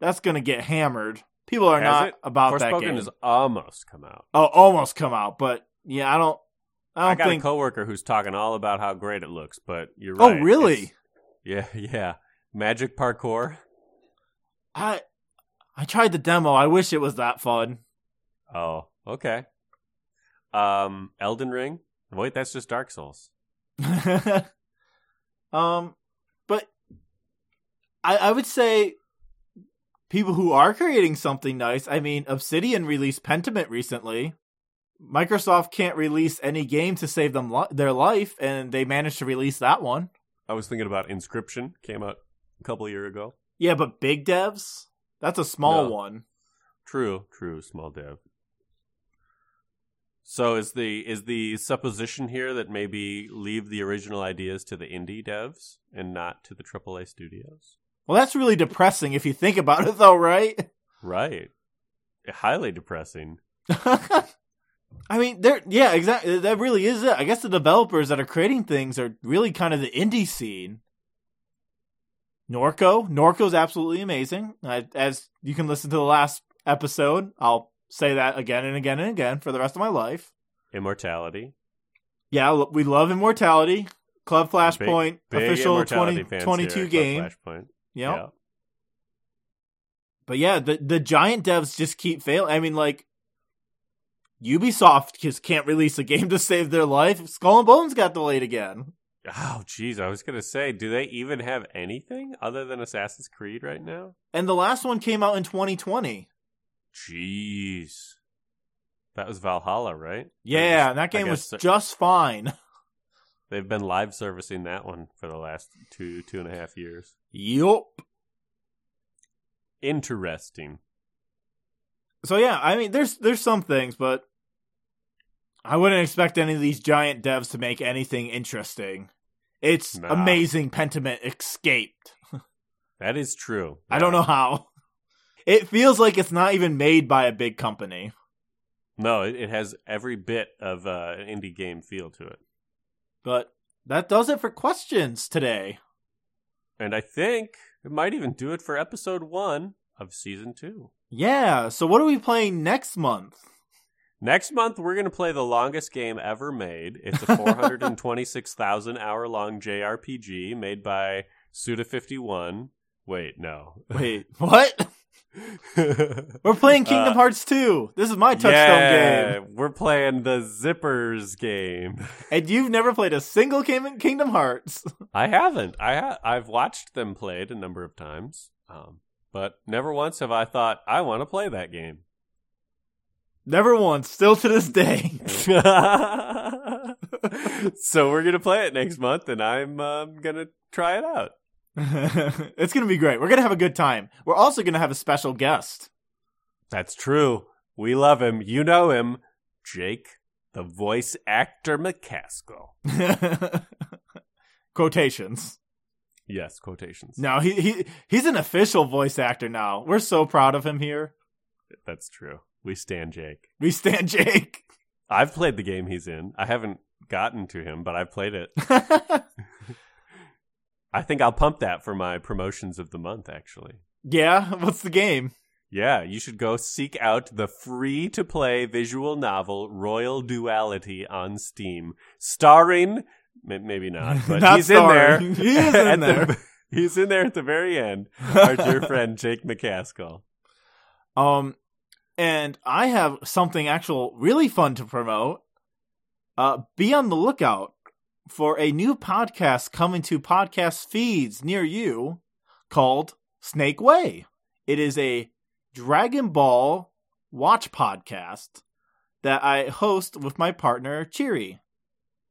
[SPEAKER 2] that's gonna get hammered. People are
[SPEAKER 1] Has
[SPEAKER 2] not
[SPEAKER 1] it?
[SPEAKER 2] about that
[SPEAKER 1] Forspoken
[SPEAKER 2] game.
[SPEAKER 1] has almost come out.
[SPEAKER 2] oh, almost come out, but yeah, I don't. I
[SPEAKER 1] I,
[SPEAKER 2] don't
[SPEAKER 1] got a
[SPEAKER 2] think.
[SPEAKER 1] coworker who's talking all about how great it looks, but you're
[SPEAKER 2] oh,
[SPEAKER 1] right.
[SPEAKER 2] really?
[SPEAKER 1] It's- yeah, yeah. Magic parkour.
[SPEAKER 2] I I tried the demo. I wish it was that fun.
[SPEAKER 1] Oh, okay. Um, Elden Ring. Wait, that's just Dark Souls.
[SPEAKER 2] um, but I, I would say people who are creating something nice. I mean, Obsidian released Pentiment recently. Microsoft can't release any game to save them li- their life, and they managed to release that one.
[SPEAKER 1] I was thinking about Inscription. Came out a couple year ago.
[SPEAKER 2] Yeah, but big devs. That's a small
[SPEAKER 1] No.
[SPEAKER 2] one.
[SPEAKER 1] True, true. Small dev. So is the is the supposition here that maybe leave the original ideas to the indie devs and not to the AAA studios?
[SPEAKER 2] Well, that's really depressing if you think about it, though, right?
[SPEAKER 1] Right. Highly depressing.
[SPEAKER 2] I mean, there. Yeah, exactly. That really is it. I guess the developers that are creating things are really kind of the indie scene. Norco, Norco's absolutely amazing. I, as you can listen to the last episode, I'll say that again and again and again for the rest of my life.
[SPEAKER 1] Immortality.
[SPEAKER 2] Yeah, lo- we love Immortality, Club Flashpoint,
[SPEAKER 1] Big
[SPEAKER 2] official
[SPEAKER 1] Immortality
[SPEAKER 2] 20,
[SPEAKER 1] fans here
[SPEAKER 2] 22
[SPEAKER 1] at Club
[SPEAKER 2] game.
[SPEAKER 1] Flashpoint.
[SPEAKER 2] Yep.
[SPEAKER 1] Yeah.
[SPEAKER 2] But yeah, the the giant devs just keep failing. I mean, like Ubisoft just can't release a game to save their life. Skull and Bones got delayed again.
[SPEAKER 1] Oh, geez. I was going to say, do they even have anything other than Assassin's Creed right now?
[SPEAKER 2] And the last one came out in 2020.
[SPEAKER 1] Jeez. That was Valhalla, right?
[SPEAKER 2] Yeah,
[SPEAKER 1] Or
[SPEAKER 2] and that
[SPEAKER 1] I
[SPEAKER 2] game was
[SPEAKER 1] guess
[SPEAKER 2] just fine.
[SPEAKER 1] They've been live servicing that one for the last two, two and a half years.
[SPEAKER 2] Yup.
[SPEAKER 1] Interesting.
[SPEAKER 2] So yeah, I mean, there's there's some things, but I wouldn't expect any of these giant devs to make anything interesting. It's
[SPEAKER 1] Nah.
[SPEAKER 2] amazing. Pentiment escaped.
[SPEAKER 1] That is true.
[SPEAKER 2] I don't know how. It feels like it's not even made by a big company.
[SPEAKER 1] No, it, it has every bit of uh, an indie game feel to it.
[SPEAKER 2] But that does it for questions today.
[SPEAKER 1] And I think it might even do it for episode one of season two.
[SPEAKER 2] Yeah, so what are we playing next month?
[SPEAKER 1] Next month, we're going to play the longest game ever made. It's a 426,000 hour long JRPG made by Suda51. Wait, no.
[SPEAKER 2] Wait, what? We're playing Kingdom
[SPEAKER 1] Uh,
[SPEAKER 2] Hearts 2. This is my touchstone game.
[SPEAKER 1] We're playing the Zippers game.
[SPEAKER 2] And you've never played a single game in Kingdom Hearts.
[SPEAKER 1] I haven't. I ha- I've watched them played a number of times, um, but never once have I thought, I want to play that game.
[SPEAKER 2] Never once, still to this day.
[SPEAKER 1] so we're going to play it next month, and I'm um, going to try it out.
[SPEAKER 2] it's going to be great. We're going to have a good time. We're also going to have a special guest.
[SPEAKER 1] That's true. We love him. You know him. Jake, the voice actor McCaskill.
[SPEAKER 2] Quotations.
[SPEAKER 1] Yes, quotations.
[SPEAKER 2] No, he, he he's an official voice actor now. We're so proud of him here.
[SPEAKER 1] That's true. We stand Jake.
[SPEAKER 2] We stand Jake.
[SPEAKER 1] I've played the game he's in. I haven't gotten to him, but I've played it. I think I'll pump that for my promotions of the month, actually.
[SPEAKER 2] Yeah, what's the game?
[SPEAKER 1] Yeah, you should go seek out the free to play visual novel Royal Duality on Steam, starring m- maybe not, but
[SPEAKER 2] Not
[SPEAKER 1] he's in there.
[SPEAKER 2] starring. He is
[SPEAKER 1] at
[SPEAKER 2] in there.
[SPEAKER 1] The, he's in there at the very end. Our dear friend Jake McCaskill.
[SPEAKER 2] Um, and I have something actual really fun to promote. Uh, be on the lookout for a new podcast coming to podcast feeds near you called Snake Way. It is a Dragon Ball watch podcast that I host with my partner Cheery.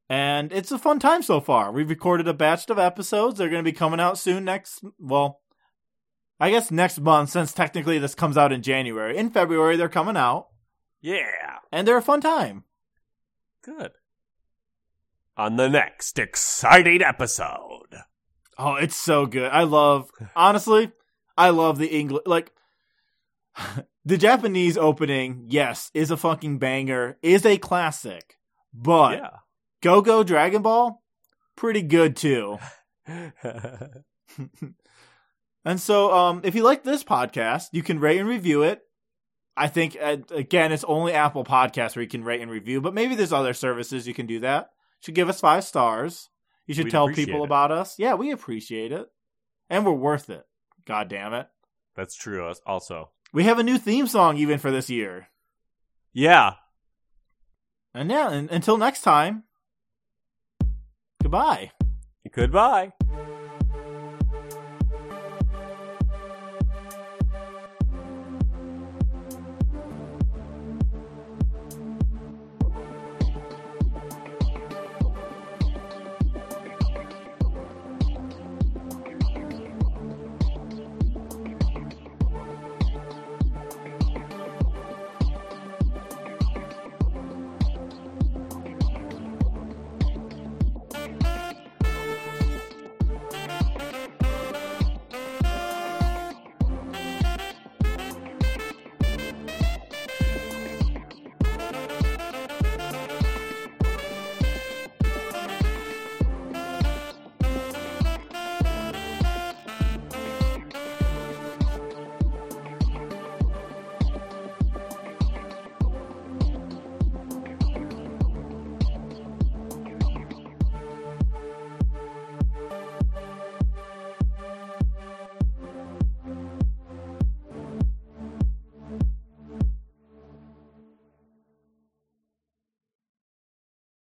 [SPEAKER 2] And it's a fun time so far. We've recorded a batch of episodes. They're going to be coming out soon next, well, I guess next month, since technically this comes out in January. In February, they're coming out,
[SPEAKER 1] Yeah,
[SPEAKER 2] and they're a fun time.
[SPEAKER 1] good. On the next exciting episode.
[SPEAKER 2] Oh, it's so good. I love, honestly, I love the English. Like, the Japanese opening, yes, is a fucking banger, is a classic, but Go Go Dragon Ball, pretty good too.
[SPEAKER 1] Yeah.
[SPEAKER 2] And so, um, if you like this podcast, you can rate and review it. I think uh, again, it's only Apple Podcasts where you can rate and review, but maybe there's other services you can do that. You should give us five stars. You should
[SPEAKER 1] We'd
[SPEAKER 2] tell
[SPEAKER 1] appreciate
[SPEAKER 2] people
[SPEAKER 1] it.
[SPEAKER 2] about us. Yeah, we appreciate it, and we're worth it. God damn it!
[SPEAKER 1] That's true. as- Also,
[SPEAKER 2] We have a new theme song even for this year.
[SPEAKER 1] yeah.
[SPEAKER 2] And yeah, and, until next time, goodbye.
[SPEAKER 1] Goodbye.